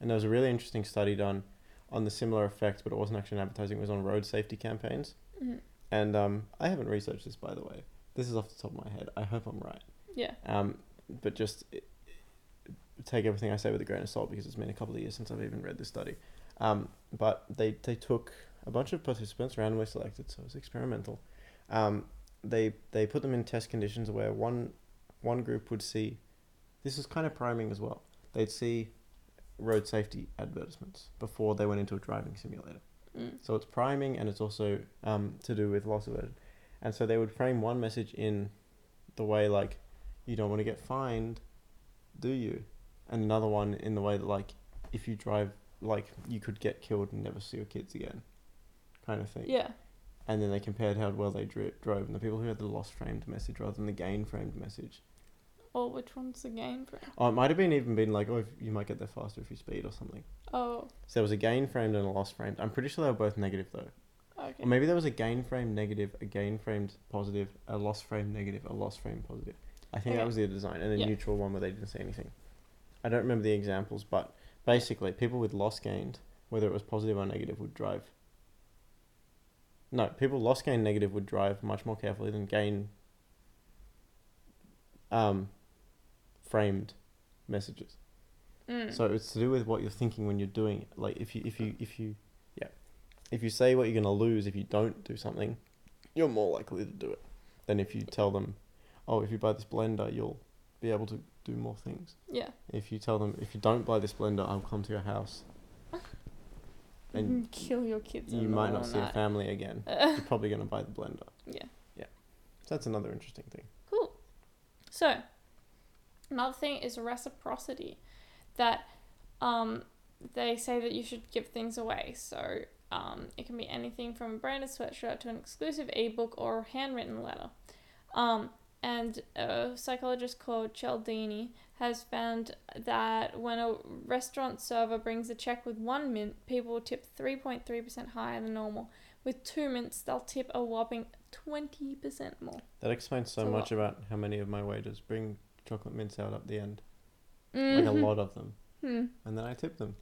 Speaker 2: and there was a really interesting study done on the similar effects, but it wasn't actually in advertising. It was on road safety campaigns.
Speaker 1: Mhm.
Speaker 2: And um, I haven't researched this by the way. This is off the top of my head. I hope I'm right.
Speaker 1: yeah.
Speaker 2: Um, but just i- i- take everything I say with a grain of salt because it's been a couple of years since I've even read this study. Um, but they, they took a bunch of participants, randomly selected, so it's experimental. Um, they they put them in test conditions where one one group would see, this is kind of priming as well. They'd see road safety advertisements before they went into a driving simulator.
Speaker 1: Mm,
Speaker 2: So it's priming and it's also um, to do with loss aversion. And so they would frame one message in the way like, you don't want to get fined, do you? And another one in the way that like, if you drive, like you could get killed and never see your kids again, kind of thing.
Speaker 1: yeah.
Speaker 2: And then they compared how well they dri- drove, and the people who had the loss framed message rather than the gain framed message.
Speaker 1: Or which one's the game? For?
Speaker 2: Oh, it might have been even been like, oh, if you might get there faster if you speed or something.
Speaker 1: Oh,
Speaker 2: So there was a gain framed and a loss framed. I'm pretty sure they were both negative though.
Speaker 1: okay.
Speaker 2: Or maybe there was a gain frame negative, a gain framed positive, a loss frame negative, a loss frame positive. I think that
Speaker 1: Okay.
Speaker 2: was the design, and a
Speaker 1: Yeah.
Speaker 2: neutral one where they didn't see anything. I don't remember the examples, but basically, people with loss gained, whether it was positive or negative, would drive. No, people loss gain negative would drive much more carefully than gain um, framed messages.
Speaker 1: Mm.
Speaker 2: So it's to do with what you're thinking when you're doing it. Like if you if you if you yeah, if you say what you're gonna lose if you don't do something, you're more likely to do it than if you tell them, oh, if you buy this blender, you'll be able to do more things.
Speaker 1: yeah.
Speaker 2: If you tell them if you don't buy this blender, I'll come to your
Speaker 1: [LAUGHS]
Speaker 2: house. And
Speaker 1: And Mm, kill your kids.
Speaker 2: you
Speaker 1: in the
Speaker 2: might not
Speaker 1: middle
Speaker 2: see
Speaker 1: of
Speaker 2: your
Speaker 1: the night.
Speaker 2: family again.
Speaker 1: [LAUGHS]
Speaker 2: You're probably gonna buy the blender.
Speaker 1: Yeah.
Speaker 2: Yeah. So that's another interesting thing.
Speaker 1: Cool. So, another thing is reciprocity. That um, they say that you should give things away. So, um, it can be anything from a branded sweatshirt to an exclusive ebook or a handwritten letter. Um, and a psychologist called Cialdini has found that when a restaurant server brings a check with one mint, people will tip 3.3% higher than normal. With two mints, they'll tip a whopping 20% more.
Speaker 2: That explains so
Speaker 1: It's a
Speaker 2: much about how many of my waiters bring chocolate mints out at the end. Like a
Speaker 1: Mhm.
Speaker 2: lot of them.
Speaker 1: Hmm.
Speaker 2: And then I tip them.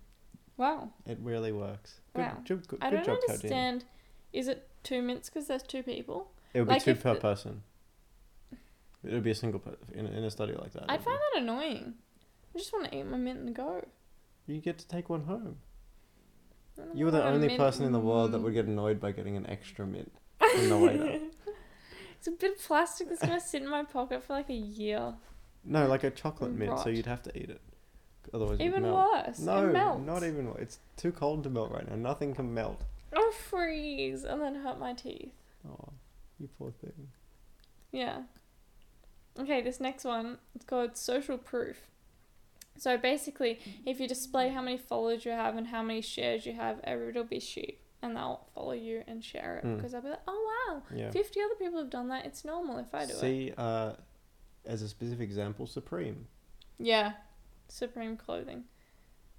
Speaker 1: Wow.
Speaker 2: It really works. Good,
Speaker 1: Wow.
Speaker 2: job, good,
Speaker 1: I
Speaker 2: good
Speaker 1: don't
Speaker 2: job, Caldini.
Speaker 1: understand. Is it two mints because there's two people?
Speaker 2: It would
Speaker 1: like,
Speaker 2: be two
Speaker 1: if
Speaker 2: per
Speaker 1: the-
Speaker 2: person. It would be a single per in, in a study like that.
Speaker 1: I'd
Speaker 2: it'd
Speaker 1: find that annoying. I just want to eat my mint and go.
Speaker 2: be- you get to take one home.
Speaker 1: I don't
Speaker 2: You were the
Speaker 1: want a
Speaker 2: only
Speaker 1: Oh, mint-
Speaker 2: person in the world that
Speaker 1: Mm.
Speaker 2: would get annoyed by getting an extra mint from
Speaker 1: [LAUGHS]
Speaker 2: the waiter.
Speaker 1: It's a bit of plastic that's gonna sit in my pocket for like a year.
Speaker 2: No, like a chocolate mint, so
Speaker 1: Rot.
Speaker 2: you'd have to eat it. Otherwise, it would
Speaker 1: even
Speaker 2: melt.
Speaker 1: worse.
Speaker 2: No,
Speaker 1: it melts.
Speaker 2: not even. wor- It's too cold to melt right now. Nothing can melt.
Speaker 1: I'll freeze and then hurt my teeth.
Speaker 2: Oh, you poor thing.
Speaker 1: Yeah. Okay, this next one it's called social proof. So basically, if you display how many followers you have and how many shares you have, everybody will be sheep and they'll follow you and share it
Speaker 2: Hmm.
Speaker 1: because they'll be like, "Oh wow,
Speaker 2: Yeah.
Speaker 1: fifty other people have done that. It's normal if I do it."
Speaker 2: See, uh, as a specific example, Supreme.
Speaker 1: Yeah, Supreme Clothing.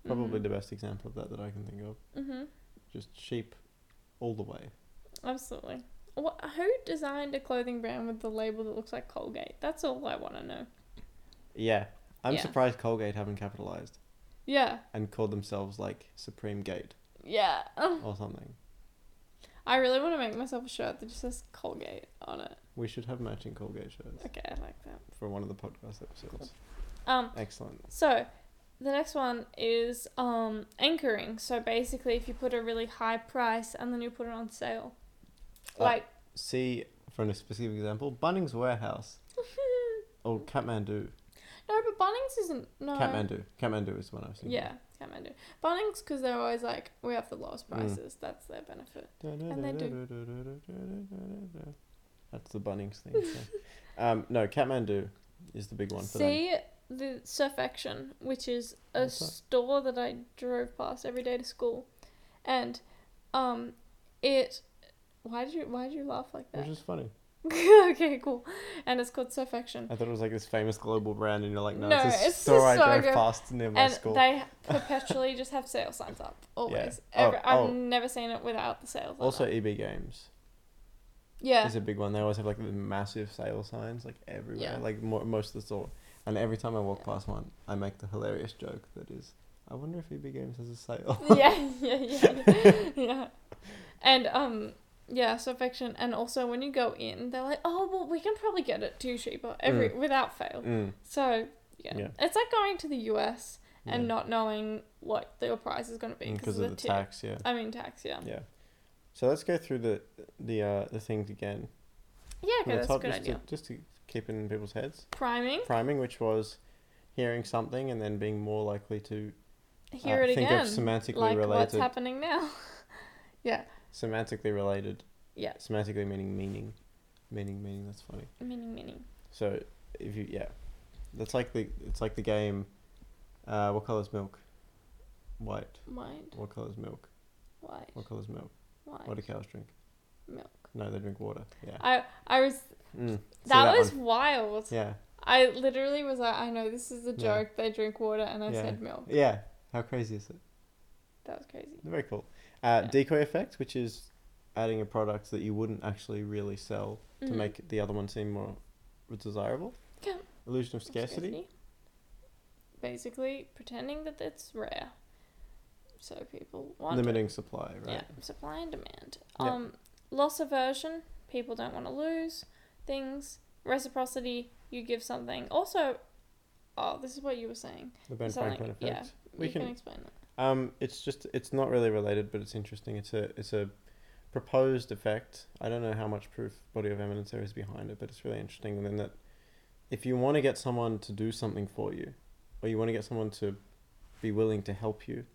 Speaker 2: Probably the best example of that that I can think of.
Speaker 1: Mm-hmm.
Speaker 2: Just sheep all the way.
Speaker 1: Absolutely. What, who designed a clothing brand with the label that looks like Colgate? That's all I want to know.
Speaker 2: Yeah. I'm
Speaker 1: Yeah.
Speaker 2: surprised Colgate haven't capitalized
Speaker 1: Yeah,
Speaker 2: and called themselves like Supreme Gate
Speaker 1: yeah. [LAUGHS]
Speaker 2: or something.
Speaker 1: I really want to make myself a shirt that just says Colgate on it.
Speaker 2: We should have matching Colgate shirts
Speaker 1: Okay, I like that.
Speaker 2: for one of the podcast episodes.
Speaker 1: Um,
Speaker 2: Excellent.
Speaker 1: so the next one is um anchoring. So basically, if you put a really high price and then you put it on sale,
Speaker 2: Oh.
Speaker 1: like [LAUGHS]
Speaker 2: See, for a specific example, Bunnings Warehouse or Oh, Kathmandu.
Speaker 1: no, but Bunnings isn't no.
Speaker 2: Kathmandu. Kathmandu is the one I was thinking.
Speaker 1: Uh-huh. Yeah, Kathmandu. Bunnings because they're always like we have the lowest
Speaker 2: Mm.
Speaker 1: prices. That's their benefit.
Speaker 2: And
Speaker 1: they
Speaker 2: [LAUGHS] That's the Bunnings thing. So. um, no, Kathmandu is the big one for them.
Speaker 1: See the Surf Action, which is a
Speaker 2: What's that?
Speaker 1: store that I drove past every day to school, and um, it. Why did you Why did you laugh like
Speaker 2: Which
Speaker 1: that?
Speaker 2: is funny.
Speaker 1: [LAUGHS] okay, cool. And it's called Surf Action.
Speaker 2: I thought it was like this famous global brand, and you're like, no,
Speaker 1: No,
Speaker 2: it's a
Speaker 1: it's
Speaker 2: store I
Speaker 1: just so
Speaker 2: drove
Speaker 1: good.
Speaker 2: past near my
Speaker 1: and
Speaker 2: school. [LAUGHS]
Speaker 1: they perpetually just have sale signs up always.
Speaker 2: Oh,
Speaker 1: Every, I've
Speaker 2: oh.
Speaker 1: never seen it without the sales.
Speaker 2: also, EB Games
Speaker 1: yeah,
Speaker 2: is a [LAUGHS] big one. They always have like the massive sale signs like everywhere,
Speaker 1: Yeah.
Speaker 2: like mo- most of the store. And every time I walk
Speaker 1: Yeah.
Speaker 2: past one, I make the hilarious joke that is, I wonder if EB Games has a sale.
Speaker 1: [LAUGHS] [LAUGHS] yeah, yeah, yeah,
Speaker 2: [LAUGHS]
Speaker 1: yeah. And um, yeah, so fiction. And also, when you go in, they're like, "Oh, well, we can probably get it too cheaper every
Speaker 2: Mm.
Speaker 1: without fail."
Speaker 2: [LAUGHS] Mm,
Speaker 1: So yeah.
Speaker 2: Yeah.
Speaker 1: it's like going to the US and
Speaker 2: yeah. Mm,
Speaker 1: not knowing what your price is going to be
Speaker 2: because of the
Speaker 1: tip.
Speaker 2: tax, yeah.
Speaker 1: I mean tax, yeah.
Speaker 2: Yeah. So let's go through the the uh, the things again.
Speaker 1: Yeah, okay,
Speaker 2: From the
Speaker 1: that's a
Speaker 2: top,
Speaker 1: good
Speaker 2: just
Speaker 1: idea.
Speaker 2: To, just to keep it in people's heads.
Speaker 1: Priming,
Speaker 2: Priming, which was hearing something and then being more likely to uh,
Speaker 1: hear it
Speaker 2: think
Speaker 1: again.
Speaker 2: of semantically
Speaker 1: like what's
Speaker 2: related.
Speaker 1: happening now. [LAUGHS]
Speaker 2: semantically related.
Speaker 1: Yeah.
Speaker 2: Semantically meaning meaning, meaning meaning. That's funny.
Speaker 1: meaning, meaning.
Speaker 2: So if you yeah, that's like the it's like the game. Uh, what color's milk? White.
Speaker 1: Mind,
Speaker 2: What color's milk?
Speaker 1: white,
Speaker 2: What color's milk?
Speaker 1: white,
Speaker 2: What do cows drink?
Speaker 1: milk.
Speaker 2: No, they drink water. Yeah.
Speaker 1: I I was
Speaker 2: Mm. So
Speaker 1: that, was
Speaker 2: one.
Speaker 1: wild.
Speaker 2: yeah.
Speaker 1: I literally was like, I know this is a
Speaker 2: Yeah.
Speaker 1: joke. They drink water, and I
Speaker 2: Yeah.
Speaker 1: said milk.
Speaker 2: Yeah. How crazy is it?
Speaker 1: That was crazy.
Speaker 2: Very cool. Uh,
Speaker 1: Yeah.
Speaker 2: Decoy effect, which is adding a product that you wouldn't actually really sell to
Speaker 1: Mhm.
Speaker 2: make the other one seem more desirable.
Speaker 1: Yeah.
Speaker 2: Illusion of scarcity.
Speaker 1: Basically, pretending that it's rare, so people want it.
Speaker 2: Limiting supply, right?
Speaker 1: Yeah, supply and demand.
Speaker 2: Yeah.
Speaker 1: Um, loss aversion. People don't want to lose things. Reciprocity. You give something. Also, oh, this is what you were saying.
Speaker 2: The Ben
Speaker 1: Something-
Speaker 2: Franklin
Speaker 1: yeah.
Speaker 2: effect. We
Speaker 1: you can,
Speaker 2: can-
Speaker 1: explain that.
Speaker 2: Um, it's just it's not really related, but it's interesting. It's a it's a proposed effect. I don't know how much proof body of evidence there is behind it, but it's really interesting. And then that if you want to get someone to do something for you, or you want to get someone to be willing to help you,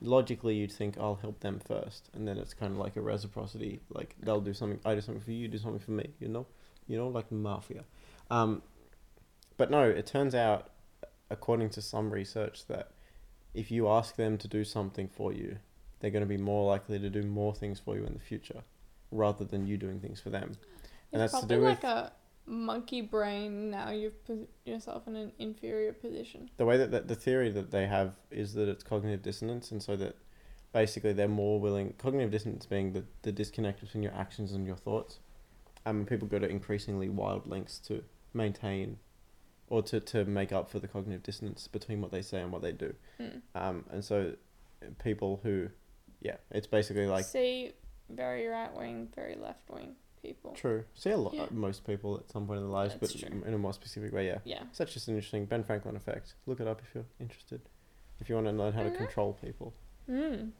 Speaker 2: logically you'd think I'll help them first, and then it's kind of like a reciprocity. Like they'll do something, I do something for you, you do something for me. You know, you know, like mafia. Um, but no, it turns out, according to some research, that if you ask them to do something for you, they're going to be more likely to do more things for you in the future rather than you doing things for them. And
Speaker 1: It's
Speaker 2: that's to
Speaker 1: probably
Speaker 2: do
Speaker 1: like
Speaker 2: with-
Speaker 1: a monkey brain. Now you've put yourself in an inferior position.
Speaker 2: The way that, that the theory that they have is that it's cognitive dissonance, and so that basically they're more willing, cognitive dissonance being the, the disconnect between your actions and your thoughts. Um, and people go to increasingly wild lengths to maintain or to, to make up for the cognitive dissonance between what they say and what they do.
Speaker 1: Mm.
Speaker 2: Um, and so people who, yeah, it's basically like.
Speaker 1: See, very right wing, very left wing people.
Speaker 2: True. See a lot
Speaker 1: Yeah.
Speaker 2: most people at some point in their lives,
Speaker 1: That's
Speaker 2: but
Speaker 1: true.
Speaker 2: in a more specific way, yeah.
Speaker 1: Yeah.
Speaker 2: So that's just an interesting Ben Franklin effect. Look it up if you're interested. If you want to learn how
Speaker 1: Mhm.
Speaker 2: to control people.
Speaker 1: Mm.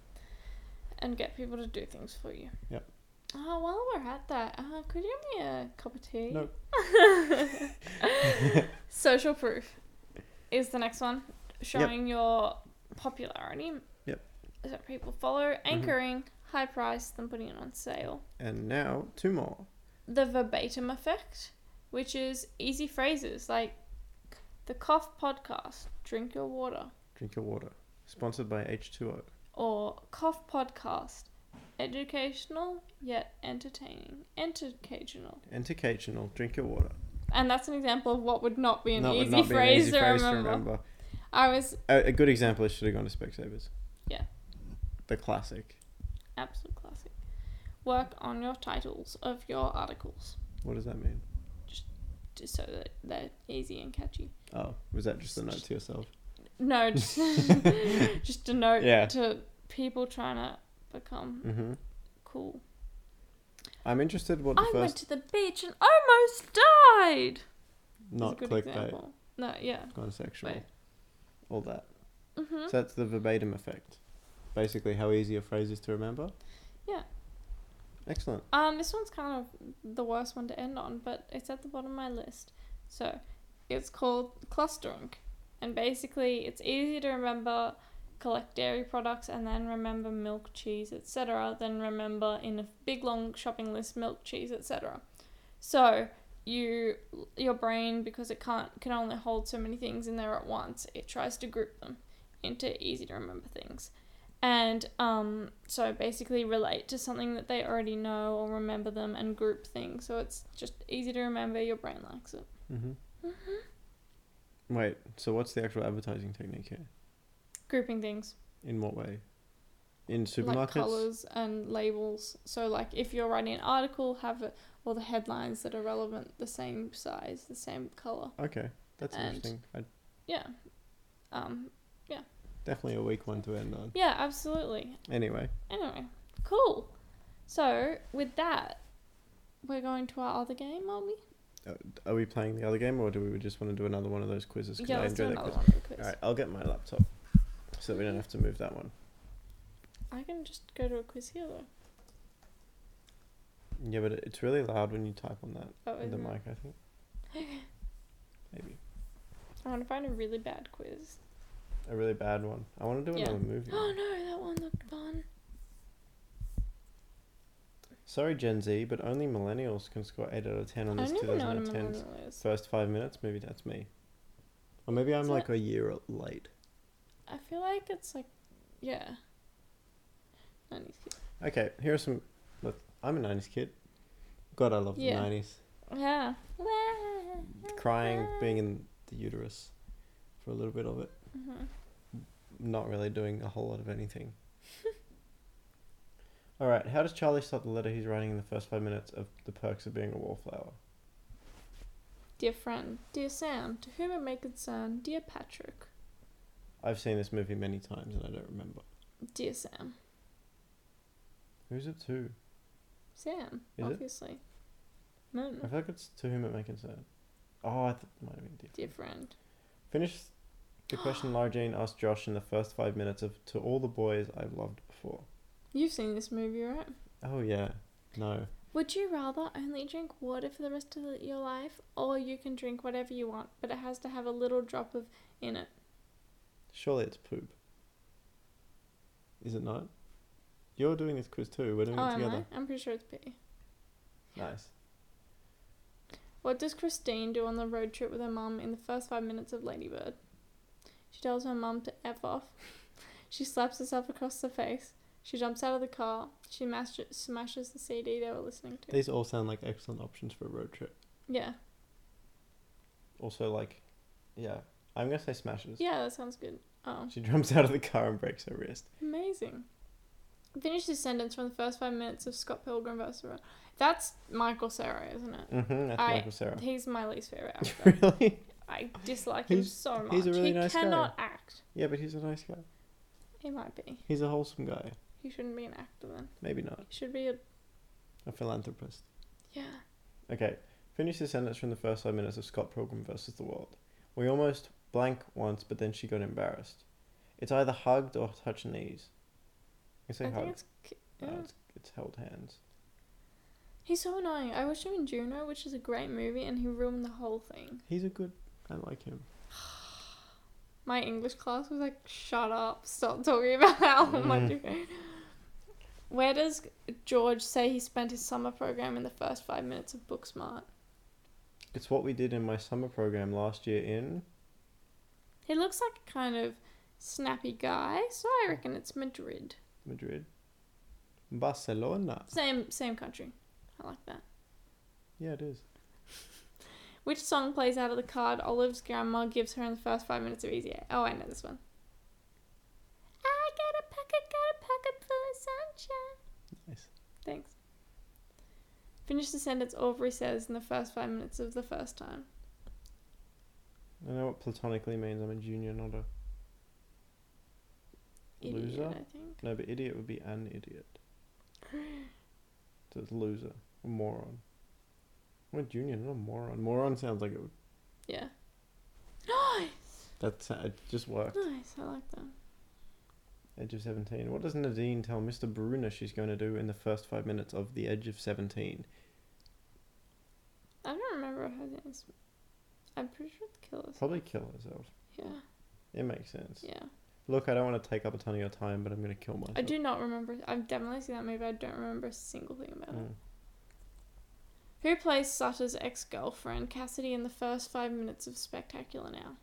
Speaker 1: And get people to do things for you.
Speaker 2: Yep.
Speaker 1: Oh, while we're at that, uh, could you give me a cup of tea?
Speaker 2: [LAUGHS] No.
Speaker 1: [LAUGHS] Social proof is the next one. Showing your popularity.
Speaker 2: Yep. Mm-hmm.
Speaker 1: So people follow, anchoring, high price, then putting it on sale.
Speaker 2: And now two more.
Speaker 1: The verbatim effect, which is easy phrases like the cough podcast, drink your water,
Speaker 2: Drink your water. Sponsored by H2O.
Speaker 1: or cough podcast, educational yet entertaining, educational.
Speaker 2: Educational. Drink your water.
Speaker 1: And that's an example of what would not be an,
Speaker 2: That would
Speaker 1: easy,
Speaker 2: not be an
Speaker 1: phrase,
Speaker 2: easy
Speaker 1: to,
Speaker 2: phrase
Speaker 1: remember. I was
Speaker 2: A, a good example is should have gone to Specsavers.
Speaker 1: Yeah.
Speaker 2: The classic.
Speaker 1: absolute classic. Work on your titles of your articles
Speaker 2: What does that mean?
Speaker 1: just so that they're easy and catchy.
Speaker 2: Oh, was that just a note to yourself?
Speaker 1: No, [LAUGHS] just, just a note
Speaker 2: Yeah.
Speaker 1: to people trying to become
Speaker 2: Mm-hmm.
Speaker 1: cool.
Speaker 2: I'm interested what the
Speaker 1: I went
Speaker 2: first
Speaker 1: to the beach and almost died. Is a
Speaker 2: not
Speaker 1: good
Speaker 2: clickbait.
Speaker 1: example. No, yeah.
Speaker 2: Gone sexual.
Speaker 1: Wait.
Speaker 2: All that.
Speaker 1: hmm
Speaker 2: So that's the verbatim effect. Basically, how easy a phrase is to remember.
Speaker 1: Yeah.
Speaker 2: Excellent.
Speaker 1: Um, this one's kind of the worst one to end on, but it's at the bottom of my list. So, it's called Clusterunk. And basically, it's easier to remember collect dairy products and then remember milk, cheese, etc., Then remember in a big long shopping list milk, cheese, etc. So you your brain because it can't can only hold so many things in there at once. It tries to group them into easy to remember things. And um, so basically relate to something that they already know or remember them and group things. So it's just easy to remember. Your brain likes it.
Speaker 2: Mm-hmm.
Speaker 1: Uh-huh.
Speaker 2: Wait, so what's the actual advertising technique here?
Speaker 1: Grouping things.
Speaker 2: In what way? In
Speaker 1: like
Speaker 2: supermarkets?
Speaker 1: colors and labels. So like if you're writing an article, have it, all the headlines that are relevant the same size, the same color.
Speaker 2: okay, that's
Speaker 1: and-
Speaker 2: interesting. I,
Speaker 1: Yeah. Um,
Speaker 2: definitely a weak one to end on.
Speaker 1: yeah, absolutely.
Speaker 2: Anyway,
Speaker 1: Anyway, cool. So with that, we're going to our other game, aren't we?
Speaker 2: are we playing the other game or do we just want to do another one of those quizzes? 'Cause
Speaker 1: yeah,
Speaker 2: I
Speaker 1: let's do
Speaker 2: enjoy that
Speaker 1: another
Speaker 2: quiz.
Speaker 1: one. Because
Speaker 2: All right, I'll get my laptop so we don't have to move that one.
Speaker 1: I can just go to a quiz here though.
Speaker 2: Yeah, but it- it's really loud when you type on that
Speaker 1: Oh,
Speaker 2: the
Speaker 1: isn't it?
Speaker 2: mic, I think.
Speaker 1: [LAUGHS]
Speaker 2: Maybe
Speaker 1: I want to find a really bad
Speaker 2: [GASPS]
Speaker 1: quiz.
Speaker 2: a really bad one. I want to do
Speaker 1: Yeah.
Speaker 2: another
Speaker 1: [GASPS]
Speaker 2: movie.
Speaker 1: Oh no, that one looked fun.
Speaker 2: Sorry, Gen Z, but only millennials can score eight out of ten on
Speaker 1: I
Speaker 2: this
Speaker 1: don't even know what a
Speaker 2: 2010 's
Speaker 1: millennial is.
Speaker 2: first five minutes. Maybe that's me, or maybe I'm
Speaker 1: Is
Speaker 2: like a year late.
Speaker 1: I feel like it's like, yeah. 90s kid.
Speaker 2: Okay, here are some. Look, I'm a '90s kid. God, I love
Speaker 1: Yeah. Mm-hmm.
Speaker 2: the '90s.
Speaker 1: Yeah.
Speaker 2: Crying, being in the uterus for a little bit of it,
Speaker 1: Mhm.
Speaker 2: not really doing a whole lot of
Speaker 1: [LAUGHS]
Speaker 2: anything. All right, how does Charlie start the letter he's writing in the first five minutes of the perks of being a wallflower?
Speaker 1: Dear friend, dear Sam, to whom it may concern, dear Patrick,
Speaker 2: I've seen this movie many times and I don't remember.
Speaker 1: dear Sam,
Speaker 2: Who's it to?
Speaker 1: Sam,
Speaker 2: Is it?
Speaker 1: obviously. No,
Speaker 2: I
Speaker 1: no.
Speaker 2: feel like it's to whom it may concern. Oh, I th- might have been dear.
Speaker 1: dear friend.
Speaker 2: Finish the question Lara Jean asked Josh in the first five minutes of "To all the boys I've loved before."
Speaker 1: You've seen this movie, right?
Speaker 2: Oh yeah, no.
Speaker 1: Would you rather only drink water for the rest of the- your life, or you can drink whatever you want, but it has to have a little drop of in it?
Speaker 2: Surely it's poop. Is it not? You're doing this quiz too. We're doing
Speaker 1: oh,
Speaker 2: it
Speaker 1: am
Speaker 2: together.
Speaker 1: I? I'm pretty sure it's pee.
Speaker 2: Nice.
Speaker 1: What does Christine do on the road trip with her mum in the first five minutes of Ladybird? She tells her mum to F off. she slaps herself across the face. She jumps out of the car. She mash- smashes the CD they were listening to.
Speaker 2: These all sound like excellent options for a road trip.
Speaker 1: yeah.
Speaker 2: Also, like, yeah, I'm gonna say smashes.
Speaker 1: Yeah, that sounds good. Oh,
Speaker 2: She jumps out of the car and breaks her wrist.
Speaker 1: amazing. Finish this sentence from the first five minutes of Scott Pilgrim vs. the World. That's Michael Sarah, isn't it?
Speaker 2: Mm-hmm. That's
Speaker 1: I-
Speaker 2: Michael [LAUGHS] Sarah.
Speaker 1: He's my least favorite actor.
Speaker 2: really?
Speaker 1: I dislike him
Speaker 2: He's-
Speaker 1: so much.
Speaker 2: he's a really
Speaker 1: he
Speaker 2: nice guy.
Speaker 1: cannot act.
Speaker 2: Yeah, but he's a nice guy.
Speaker 1: He might be.
Speaker 2: He's a wholesome guy.
Speaker 1: He shouldn't be an actor then.
Speaker 2: Maybe not.
Speaker 1: He should be a
Speaker 2: A philanthropist.
Speaker 1: yeah.
Speaker 2: Okay, finish the sentence from the first five minutes of Scott Pilgrim versus the World. We almost blank once, but then she got embarrassed. It's either hugged or touch knees. You say
Speaker 1: I
Speaker 2: hug.
Speaker 1: think it's. ki-
Speaker 2: No,
Speaker 1: yeah.
Speaker 2: it's, it's held hands.
Speaker 1: He's so annoying. I watched him in Juno, which is a great movie, and he ruined the whole thing.
Speaker 2: He's a good. I like him.
Speaker 1: My English class was like, "Shut up! Stop talking about how much." you hate." Where does George say he spent his summer program in the first five minutes of Booksmart?
Speaker 2: It's what we did in my summer program last year in.
Speaker 1: He looks like a kind of snappy guy, so I reckon it's Madrid.
Speaker 2: Madrid. Barcelona.
Speaker 1: Same same country. I like that.
Speaker 2: Yeah, it is.
Speaker 1: Which song plays out of the card Olive's grandma gives her in the first five minutes of Easy A? Oh, I know this one. I got a pocket, got a pocket full of sunshine.
Speaker 2: Nice.
Speaker 1: Thanks. Finish the sentence Aubrey says in the first five minutes of the first time.
Speaker 2: I know what platonically means. I'm a junior, not a.
Speaker 1: Idiot,
Speaker 2: Loser?
Speaker 1: I think.
Speaker 2: No, but idiot would be an idiot.
Speaker 1: [GASPS]
Speaker 2: So it's loser. A moron. I'm a junior, not a moron. Moron sounds like it would.
Speaker 1: Yeah. [GASPS] Nice!
Speaker 2: That's uh, it just
Speaker 1: [LAUGHS]
Speaker 2: worked.
Speaker 1: Nice, I like that.
Speaker 2: Edge of seventeen. What does Nadine tell Mr. Bruner she's going to do in the first five minutes of The Edge of Seventeen?
Speaker 1: I don't remember her name. is- I'm pretty sure it's kill herself.
Speaker 2: Probably kill herself.
Speaker 1: Yeah,
Speaker 2: It makes sense.
Speaker 1: yeah.
Speaker 2: Look, I don't want to take up a ton of your time, but I'm going to kill myself.
Speaker 1: I do not remember. I've definitely seen that movie. I don't remember a single thing about it.
Speaker 2: Mm.
Speaker 1: Who plays Sutter's ex girlfriend, Cassidy, in the first five minutes of Spectacular Now?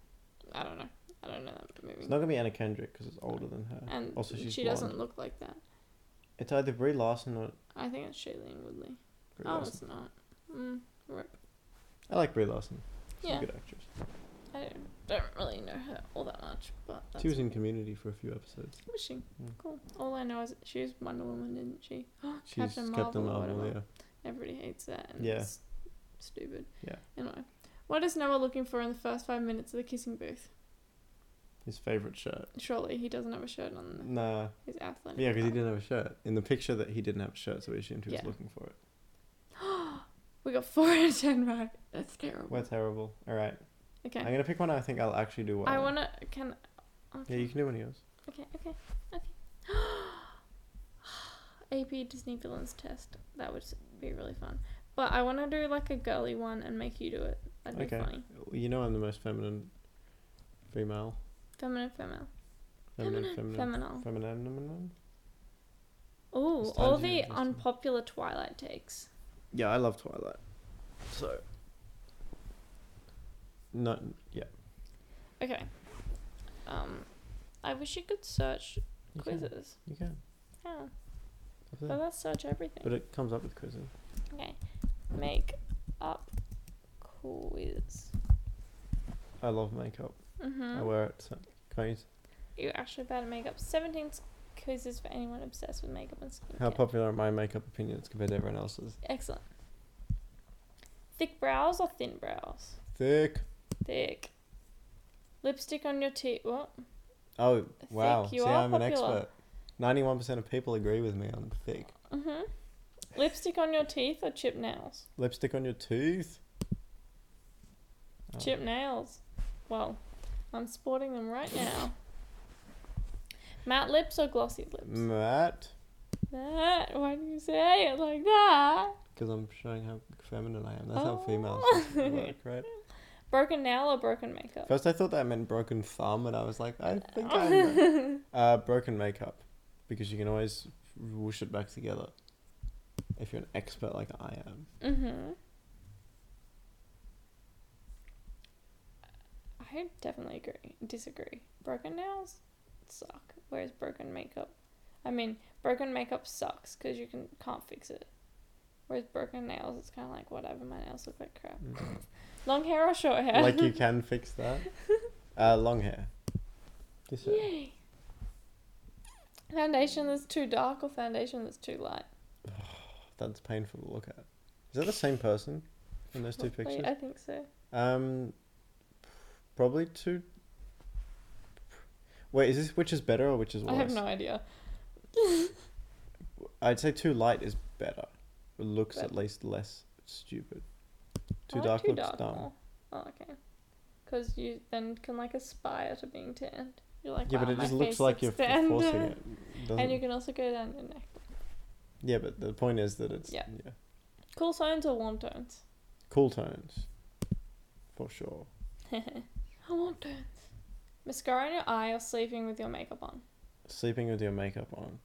Speaker 1: I don't know. I don't know that movie.
Speaker 2: It's not going to be Anna Kendrick because it's older than her.
Speaker 1: and
Speaker 2: also, she's
Speaker 1: she
Speaker 2: blonde.
Speaker 1: doesn't look like that.
Speaker 2: It's either Brie Larson or
Speaker 1: I think it's Shailene Woodley.
Speaker 2: Brie
Speaker 1: Oh,
Speaker 2: Larson.
Speaker 1: it's not. Mm, rip.
Speaker 2: I like Brie Larson. She's
Speaker 1: Yeah.
Speaker 2: a good actress.
Speaker 1: I don't, don't really know her all that much, but that's
Speaker 2: She was in Community for a few episodes.
Speaker 1: was she?
Speaker 2: Mm.
Speaker 1: Cool. All I know is she was Wonder Woman, didn't she? [GASPS]
Speaker 2: She's Captain Marvel.
Speaker 1: or whatever.
Speaker 2: yeah.
Speaker 1: Everybody hates that. And
Speaker 2: Yeah.
Speaker 1: It's stupid.
Speaker 2: Yeah.
Speaker 1: Anyway, what is Noah looking for in the first five minutes of the kissing booth?
Speaker 2: His favorite shirt.
Speaker 1: Surely he doesn't have a shirt on.
Speaker 2: Nah.
Speaker 1: He's athletic.
Speaker 2: Yeah, because he
Speaker 1: Oh.
Speaker 2: didn't have a shirt. In the picture that he didn't have a shirt, so we assumed he was
Speaker 1: Yeah.
Speaker 2: looking for it.
Speaker 1: We got four [LAUGHS] out of ten right. That's terrible.
Speaker 2: We're terrible. All right.
Speaker 1: Okay.
Speaker 2: I'm going to pick one I think I'll actually do well.
Speaker 1: I
Speaker 2: in.
Speaker 1: want to. Can. Okay.
Speaker 2: Yeah, you can do one of yours.
Speaker 1: Okay, okay, [GASPS] okay. AP Disney villains test. That would s- be really fun. But I want to do like a girly one and make you do it. That'd
Speaker 2: Okay.
Speaker 1: be funny.
Speaker 2: You know I'm the most feminine female.
Speaker 1: Feminine, feminine.
Speaker 2: Feminine, feminine.
Speaker 1: Feminine.
Speaker 2: Feminine, feminine.
Speaker 1: Oh,
Speaker 2: It's time
Speaker 1: all
Speaker 2: to do
Speaker 1: the
Speaker 2: it, Justin.
Speaker 1: unpopular Twilight takes.
Speaker 2: Yeah, I love Twilight. So. No, yeah.
Speaker 1: Okay. Um, I wish you could search
Speaker 2: You can.
Speaker 1: quizzes.
Speaker 2: You can.
Speaker 1: Yeah,
Speaker 2: Up
Speaker 1: but
Speaker 2: there.
Speaker 1: let's search everything.
Speaker 2: But it comes up with quizzes.
Speaker 1: okay, make up quiz.
Speaker 2: I love makeup.
Speaker 1: Mhm.
Speaker 2: I wear it. So. Guys,
Speaker 1: You're actually bad at makeup. 17 s- quizzes for anyone obsessed with makeup and skincare.
Speaker 2: how popular are my makeup opinions compared to everyone else's?
Speaker 1: Excellent. Thick brows or thin brows?
Speaker 2: Thick.
Speaker 1: Thick. Lipstick on your teeth. What?
Speaker 2: Oh,
Speaker 1: Thick,
Speaker 2: wow.
Speaker 1: you
Speaker 2: See,
Speaker 1: are
Speaker 2: I'm an
Speaker 1: popular.
Speaker 2: expert. 91% of people agree with me on thick.
Speaker 1: Mm-hmm. Lipstick on your teeth or chip nails?
Speaker 2: Lipstick on your tooth? Oh.
Speaker 1: Chip nails. Well, I'm sporting them right now. Matte lips or glossy lips?
Speaker 2: Um, Matt?
Speaker 1: That. Why do you say it like that?
Speaker 2: Because I'm showing how feminine I am. That's how
Speaker 1: Oh.
Speaker 2: females work,
Speaker 1: [LAUGHS]
Speaker 2: right?
Speaker 1: Broken nail or broken makeup?
Speaker 2: First, I thought that meant broken thumb, and I was like, I think
Speaker 1: [LAUGHS]
Speaker 2: I'm. uh, broken makeup. Because you can always whoosh it back together. If you're an expert like I am.
Speaker 1: Mm-hmm. I definitely agree. Disagree. Broken nails suck. Whereas broken makeup, I mean, broken makeup sucks because you can can't fix it. Whereas broken nails, it's kind of like whatever. My nails look like crap. [LAUGHS]
Speaker 2: Mm.
Speaker 1: Long hair or short hair? [LAUGHS]
Speaker 2: like, you can fix that. Uh, long hair. This hair.
Speaker 1: Yay. Foundation that's too dark or foundation that's too light.
Speaker 2: That's painful to look at. Is that the same person in those two
Speaker 1: Probably-
Speaker 2: pictures?
Speaker 1: I think so.
Speaker 2: Um, probably two. Wait, is this which is better or which is worse?
Speaker 1: I have no idea.
Speaker 2: I'd say too light is better. It looks
Speaker 1: Bet-
Speaker 2: at least less stupid.
Speaker 1: I
Speaker 2: Too
Speaker 1: like
Speaker 2: dark looks dumb.
Speaker 1: more. Oh, okay. Because you then can like aspire to being tanned. You're like,
Speaker 2: yeah,
Speaker 1: wow,
Speaker 2: but it
Speaker 1: my
Speaker 2: just
Speaker 1: face
Speaker 2: looks like you're
Speaker 1: looks
Speaker 2: f-
Speaker 1: tanned. [LAUGHS]
Speaker 2: forcing it.
Speaker 1: And you
Speaker 2: doesn't-
Speaker 1: can also go down your neck.
Speaker 2: Yeah, but the point is that it's yeah.
Speaker 1: Yeah. Cool tones or warm tones? [LAUGHS]
Speaker 2: cool tones, for sure.
Speaker 1: I want tones. Mascara on your eye or sleeping with your makeup on?
Speaker 2: Sleeping with your makeup on.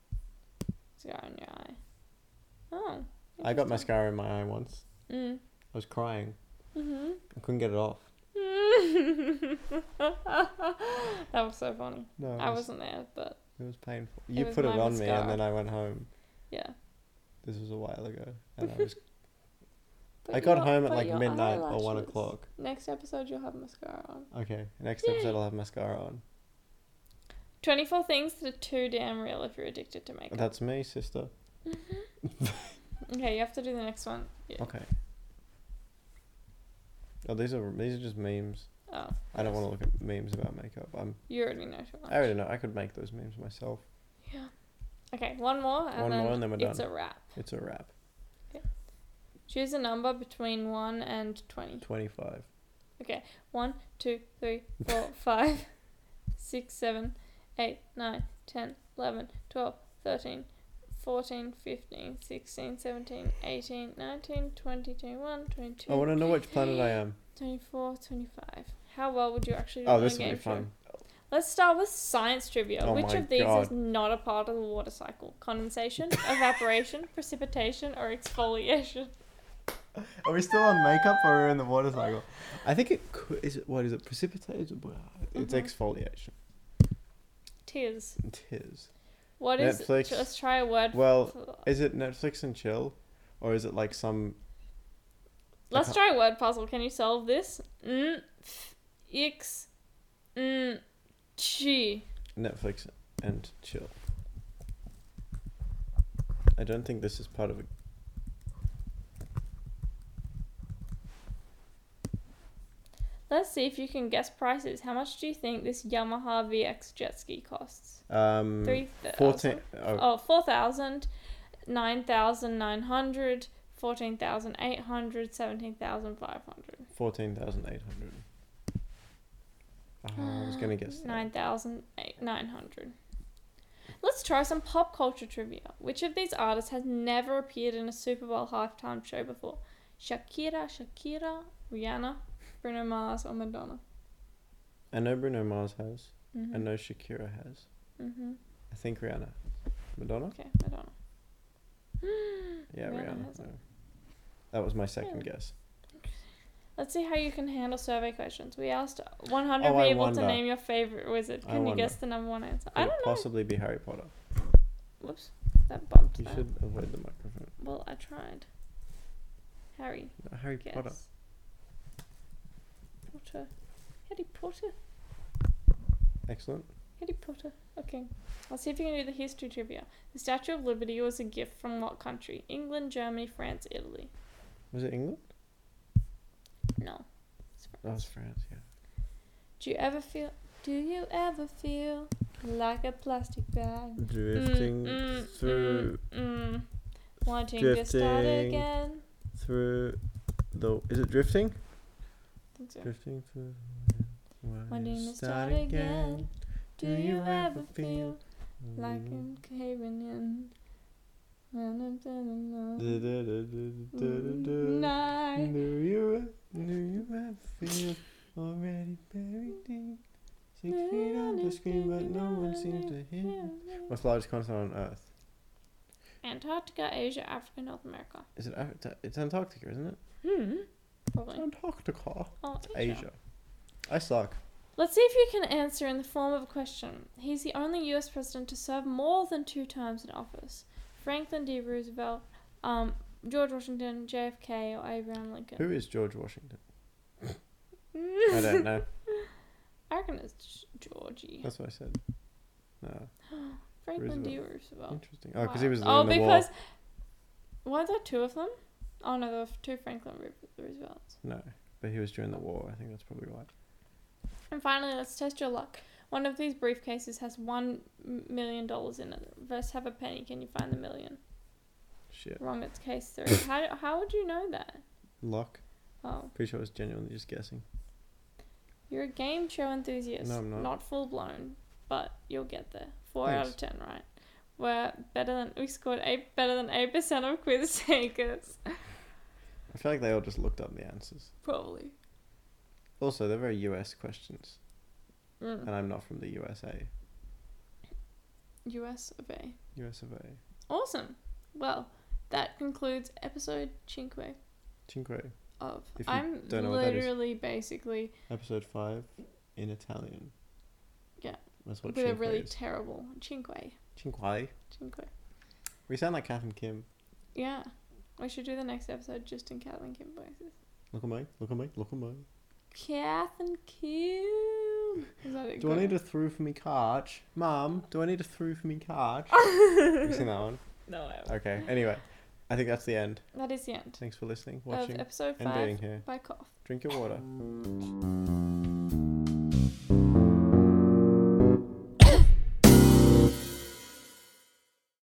Speaker 1: Mascara on your eye. Oh.
Speaker 2: I got
Speaker 1: interesting.
Speaker 2: mascara in my eye once.
Speaker 1: Mm.
Speaker 2: I was crying.
Speaker 1: Mm-hmm.
Speaker 2: I couldn't get it off.
Speaker 1: [LAUGHS] that was so funny.
Speaker 2: No, it
Speaker 1: I
Speaker 2: was-
Speaker 1: wasn't there, but
Speaker 2: It was painful. You
Speaker 1: was
Speaker 2: put it
Speaker 1: my
Speaker 2: on me,
Speaker 1: mascara.
Speaker 2: and then I went home.
Speaker 1: yeah.
Speaker 2: This was a while ago, and
Speaker 1: [LAUGHS]
Speaker 2: I was.
Speaker 1: But
Speaker 2: I got
Speaker 1: your-
Speaker 2: home at
Speaker 1: but
Speaker 2: like
Speaker 1: your
Speaker 2: midnight or one
Speaker 1: eyelashes.
Speaker 2: o'clock.
Speaker 1: Next episode, you'll have mascara on.
Speaker 2: Okay, next
Speaker 1: Yay.
Speaker 2: episode I'll have mascara
Speaker 1: [LAUGHS]
Speaker 2: on.
Speaker 1: 24 things that are too damn real if you're addicted to makeup.
Speaker 2: That's me, sister.
Speaker 1: okay, you have to do the next one. Yeah.
Speaker 2: Okay. Oh, these are these are just memes.
Speaker 1: Oh,
Speaker 2: I don't want to look at memes about makeup. I'm.
Speaker 1: you already know too much.
Speaker 2: I already know. I could make those memes myself.
Speaker 1: Yeah. Okay, one more and,
Speaker 2: One
Speaker 1: then,
Speaker 2: more and then we're
Speaker 1: it's
Speaker 2: done.
Speaker 1: a wrap.
Speaker 2: It's a wrap.
Speaker 1: Choose a number between 1 and 20.
Speaker 2: Twenty-five.
Speaker 1: Okay, one, two, three,
Speaker 2: [LAUGHS]
Speaker 1: four, five, six, seven, eight, nine, 10, 11, 12, 13, 14, 15, 16, 17, 18, 19, 20, 21, 22,
Speaker 2: I want to know which planet I am.
Speaker 1: 24, 25. How well would you actually do
Speaker 2: Oh,
Speaker 1: on a
Speaker 2: this will be
Speaker 1: game show?
Speaker 2: fun.
Speaker 1: Let's start with science trivia.
Speaker 2: Oh
Speaker 1: Which
Speaker 2: my
Speaker 1: of these
Speaker 2: God.
Speaker 1: is not a part of the water cycle?
Speaker 2: [LAUGHS]
Speaker 1: Condensation, evaporation, precipitation, or exfoliation?
Speaker 2: Are we still on makeup or are we in the water cycle? I think it could. Is it what is it? Precipitation? It's
Speaker 1: Mhm.
Speaker 2: exfoliation.
Speaker 1: Tears.
Speaker 2: It is.
Speaker 1: What is?
Speaker 2: Netflix.
Speaker 1: Let's try a word.
Speaker 2: Well,
Speaker 1: for-
Speaker 2: Is it Netflix and chill, or is it like some?
Speaker 1: Let's try a word puzzle. Can you solve this? Mm, f, x, mm, chi.
Speaker 2: Netflix and chill. I don't think this is part of a.
Speaker 1: Let's see if you can guess prices. How much do you think this Yamaha VX jet ski costs?
Speaker 2: Um,
Speaker 1: Three
Speaker 2: fourteen.
Speaker 1: thousand.
Speaker 2: Oh,
Speaker 1: Oh, 4,000, 9,900, 14,800, 17,500.
Speaker 2: 14,800. Ah, I was gonna guess that.
Speaker 1: 9,900. Let's try some pop culture trivia. Which of these artists has never appeared in a Super Bowl halftime show before? Shakira, Shakira, Rihanna, Bruno Mars, or Madonna?
Speaker 2: I know Bruno Mars has. I
Speaker 1: Mm-hmm.
Speaker 2: know Shakira has.
Speaker 1: hmm
Speaker 2: I think Rihanna. Madonna?
Speaker 1: Okay, Madonna.
Speaker 2: Yeah,
Speaker 1: Mm, Rihanna
Speaker 2: Rihanna.
Speaker 1: has it.
Speaker 2: no. That was my second guess.
Speaker 1: Let's see how you can handle survey questions. We asked 100
Speaker 2: Oh, I
Speaker 1: people
Speaker 2: wonder.
Speaker 1: to name your favorite wizard.
Speaker 2: I
Speaker 1: Can you
Speaker 2: wonder.
Speaker 1: guess the number one answer?
Speaker 2: Could
Speaker 1: I
Speaker 2: it
Speaker 1: don't know.
Speaker 2: possibly be Harry Potter?
Speaker 1: Whoops, that bumped
Speaker 2: You
Speaker 1: that.
Speaker 2: should avoid the microphone.
Speaker 1: Well, I tried. Harry,
Speaker 2: No, Harry
Speaker 1: guess.
Speaker 2: Potter.
Speaker 1: Potter. Harry Potter.
Speaker 2: Excellent.
Speaker 1: Harry Potter. Okay. I'll see if you can do the history trivia. The Statue of Liberty was a gift from what country? England, Germany, France, Italy.
Speaker 2: Was it England?
Speaker 1: No. It's
Speaker 2: That was
Speaker 1: France.
Speaker 2: France, yeah.
Speaker 1: Do you ever feel do you ever feel like a plastic bag? Mm,
Speaker 2: Drifting
Speaker 1: mm, mm,
Speaker 2: through
Speaker 1: mm. wanting to start
Speaker 2: Drifting.
Speaker 1: again.
Speaker 2: mm. through the is it drifting?
Speaker 1: Think so.
Speaker 2: Drifting through
Speaker 1: Wanting to start again. Do you ever feel like
Speaker 2: Mm. Mm-hmm.
Speaker 1: I'm caving in? Na, na, na, na, na.
Speaker 2: Mm, Night.
Speaker 1: Mm, Night.
Speaker 2: Do you e- do you ever feel already buried deep? Six feet under screen, but no one seems to hear. me. What's the largest continent on Earth?
Speaker 1: Antarctica, Asia, Africa, North America.
Speaker 2: Is it Africa? It's Antarctica, isn't it?
Speaker 1: Hmm.
Speaker 2: It's
Speaker 1: Probably.
Speaker 2: Antarctica.
Speaker 1: Oh, Asia.
Speaker 2: Asia. I suck.
Speaker 1: Let's see if you can answer in the form of a question. He's the only U.S. president to serve more than two terms in office. Franklin D. Roosevelt, um, George Washington, JFK, or Abraham Lincoln.
Speaker 2: Who is
Speaker 1: [LAUGHS]
Speaker 2: George Washington? I don't know.
Speaker 1: I reckon it's G- Georgie.
Speaker 2: That's what I said. No.
Speaker 1: [GASPS] Franklin D. Roosevelt.
Speaker 2: Interesting. Oh, because he was
Speaker 1: Wow.
Speaker 2: in the war.
Speaker 1: because weren't there two of them? Oh no, there were two Franklin Ro- Roosevelts.
Speaker 2: No, but he was during the war. I think that's probably right.
Speaker 1: And finally, let's test your luck. One of these briefcases has one m- million dollars in it. Versus have a penny. Can you find the million?
Speaker 2: Shit.
Speaker 1: Wrong. It's case
Speaker 2: [COUGHS]
Speaker 1: three. how how would you know that?
Speaker 2: Luck.
Speaker 1: Oh,
Speaker 2: Pretty sure I was genuinely just guessing.
Speaker 1: you're a game show enthusiast.
Speaker 2: No, I'm not.
Speaker 1: full blown, but you'll get there. Four out of
Speaker 2: Thanks.
Speaker 1: ten, right? We're better than we scored eight better than eight percent of quiz
Speaker 2: [LAUGHS]
Speaker 1: takers.
Speaker 2: I feel like they all just looked up the answers.
Speaker 1: Probably.
Speaker 2: Also, they're very US questions,
Speaker 1: Mm.
Speaker 2: and I'm not from the USA.
Speaker 1: U.S. of A.
Speaker 2: US of A.
Speaker 1: Awesome. Well, that concludes episode cinque
Speaker 2: Cinque.
Speaker 1: of.
Speaker 2: If you
Speaker 1: I'm
Speaker 2: don't know what that is.
Speaker 1: literally basically
Speaker 2: Episode 5 in Italian.
Speaker 1: Yeah.
Speaker 2: That's what
Speaker 1: with a
Speaker 2: cinque
Speaker 1: really
Speaker 2: is.
Speaker 1: terrible cinque.
Speaker 2: Cinque.
Speaker 1: Cinque.
Speaker 2: We sound like Kath and Kim.
Speaker 1: Yeah. We should do the next episode just in Kath and Kim voices.
Speaker 2: Look at me. Look at me. Look at me.
Speaker 1: Kath and Kim. Is that it?
Speaker 2: Do I need
Speaker 1: Good.
Speaker 2: a through for me catch? Mum, do I need a through for me catch? you seen that one?
Speaker 1: No, I haven't.
Speaker 2: Okay. Anyway, I think that's the end.
Speaker 1: That is the end
Speaker 2: Thanks for listening,
Speaker 1: of
Speaker 2: watching,
Speaker 1: episode
Speaker 2: and being
Speaker 1: five
Speaker 2: here.
Speaker 1: by Cough.
Speaker 2: Drink your water.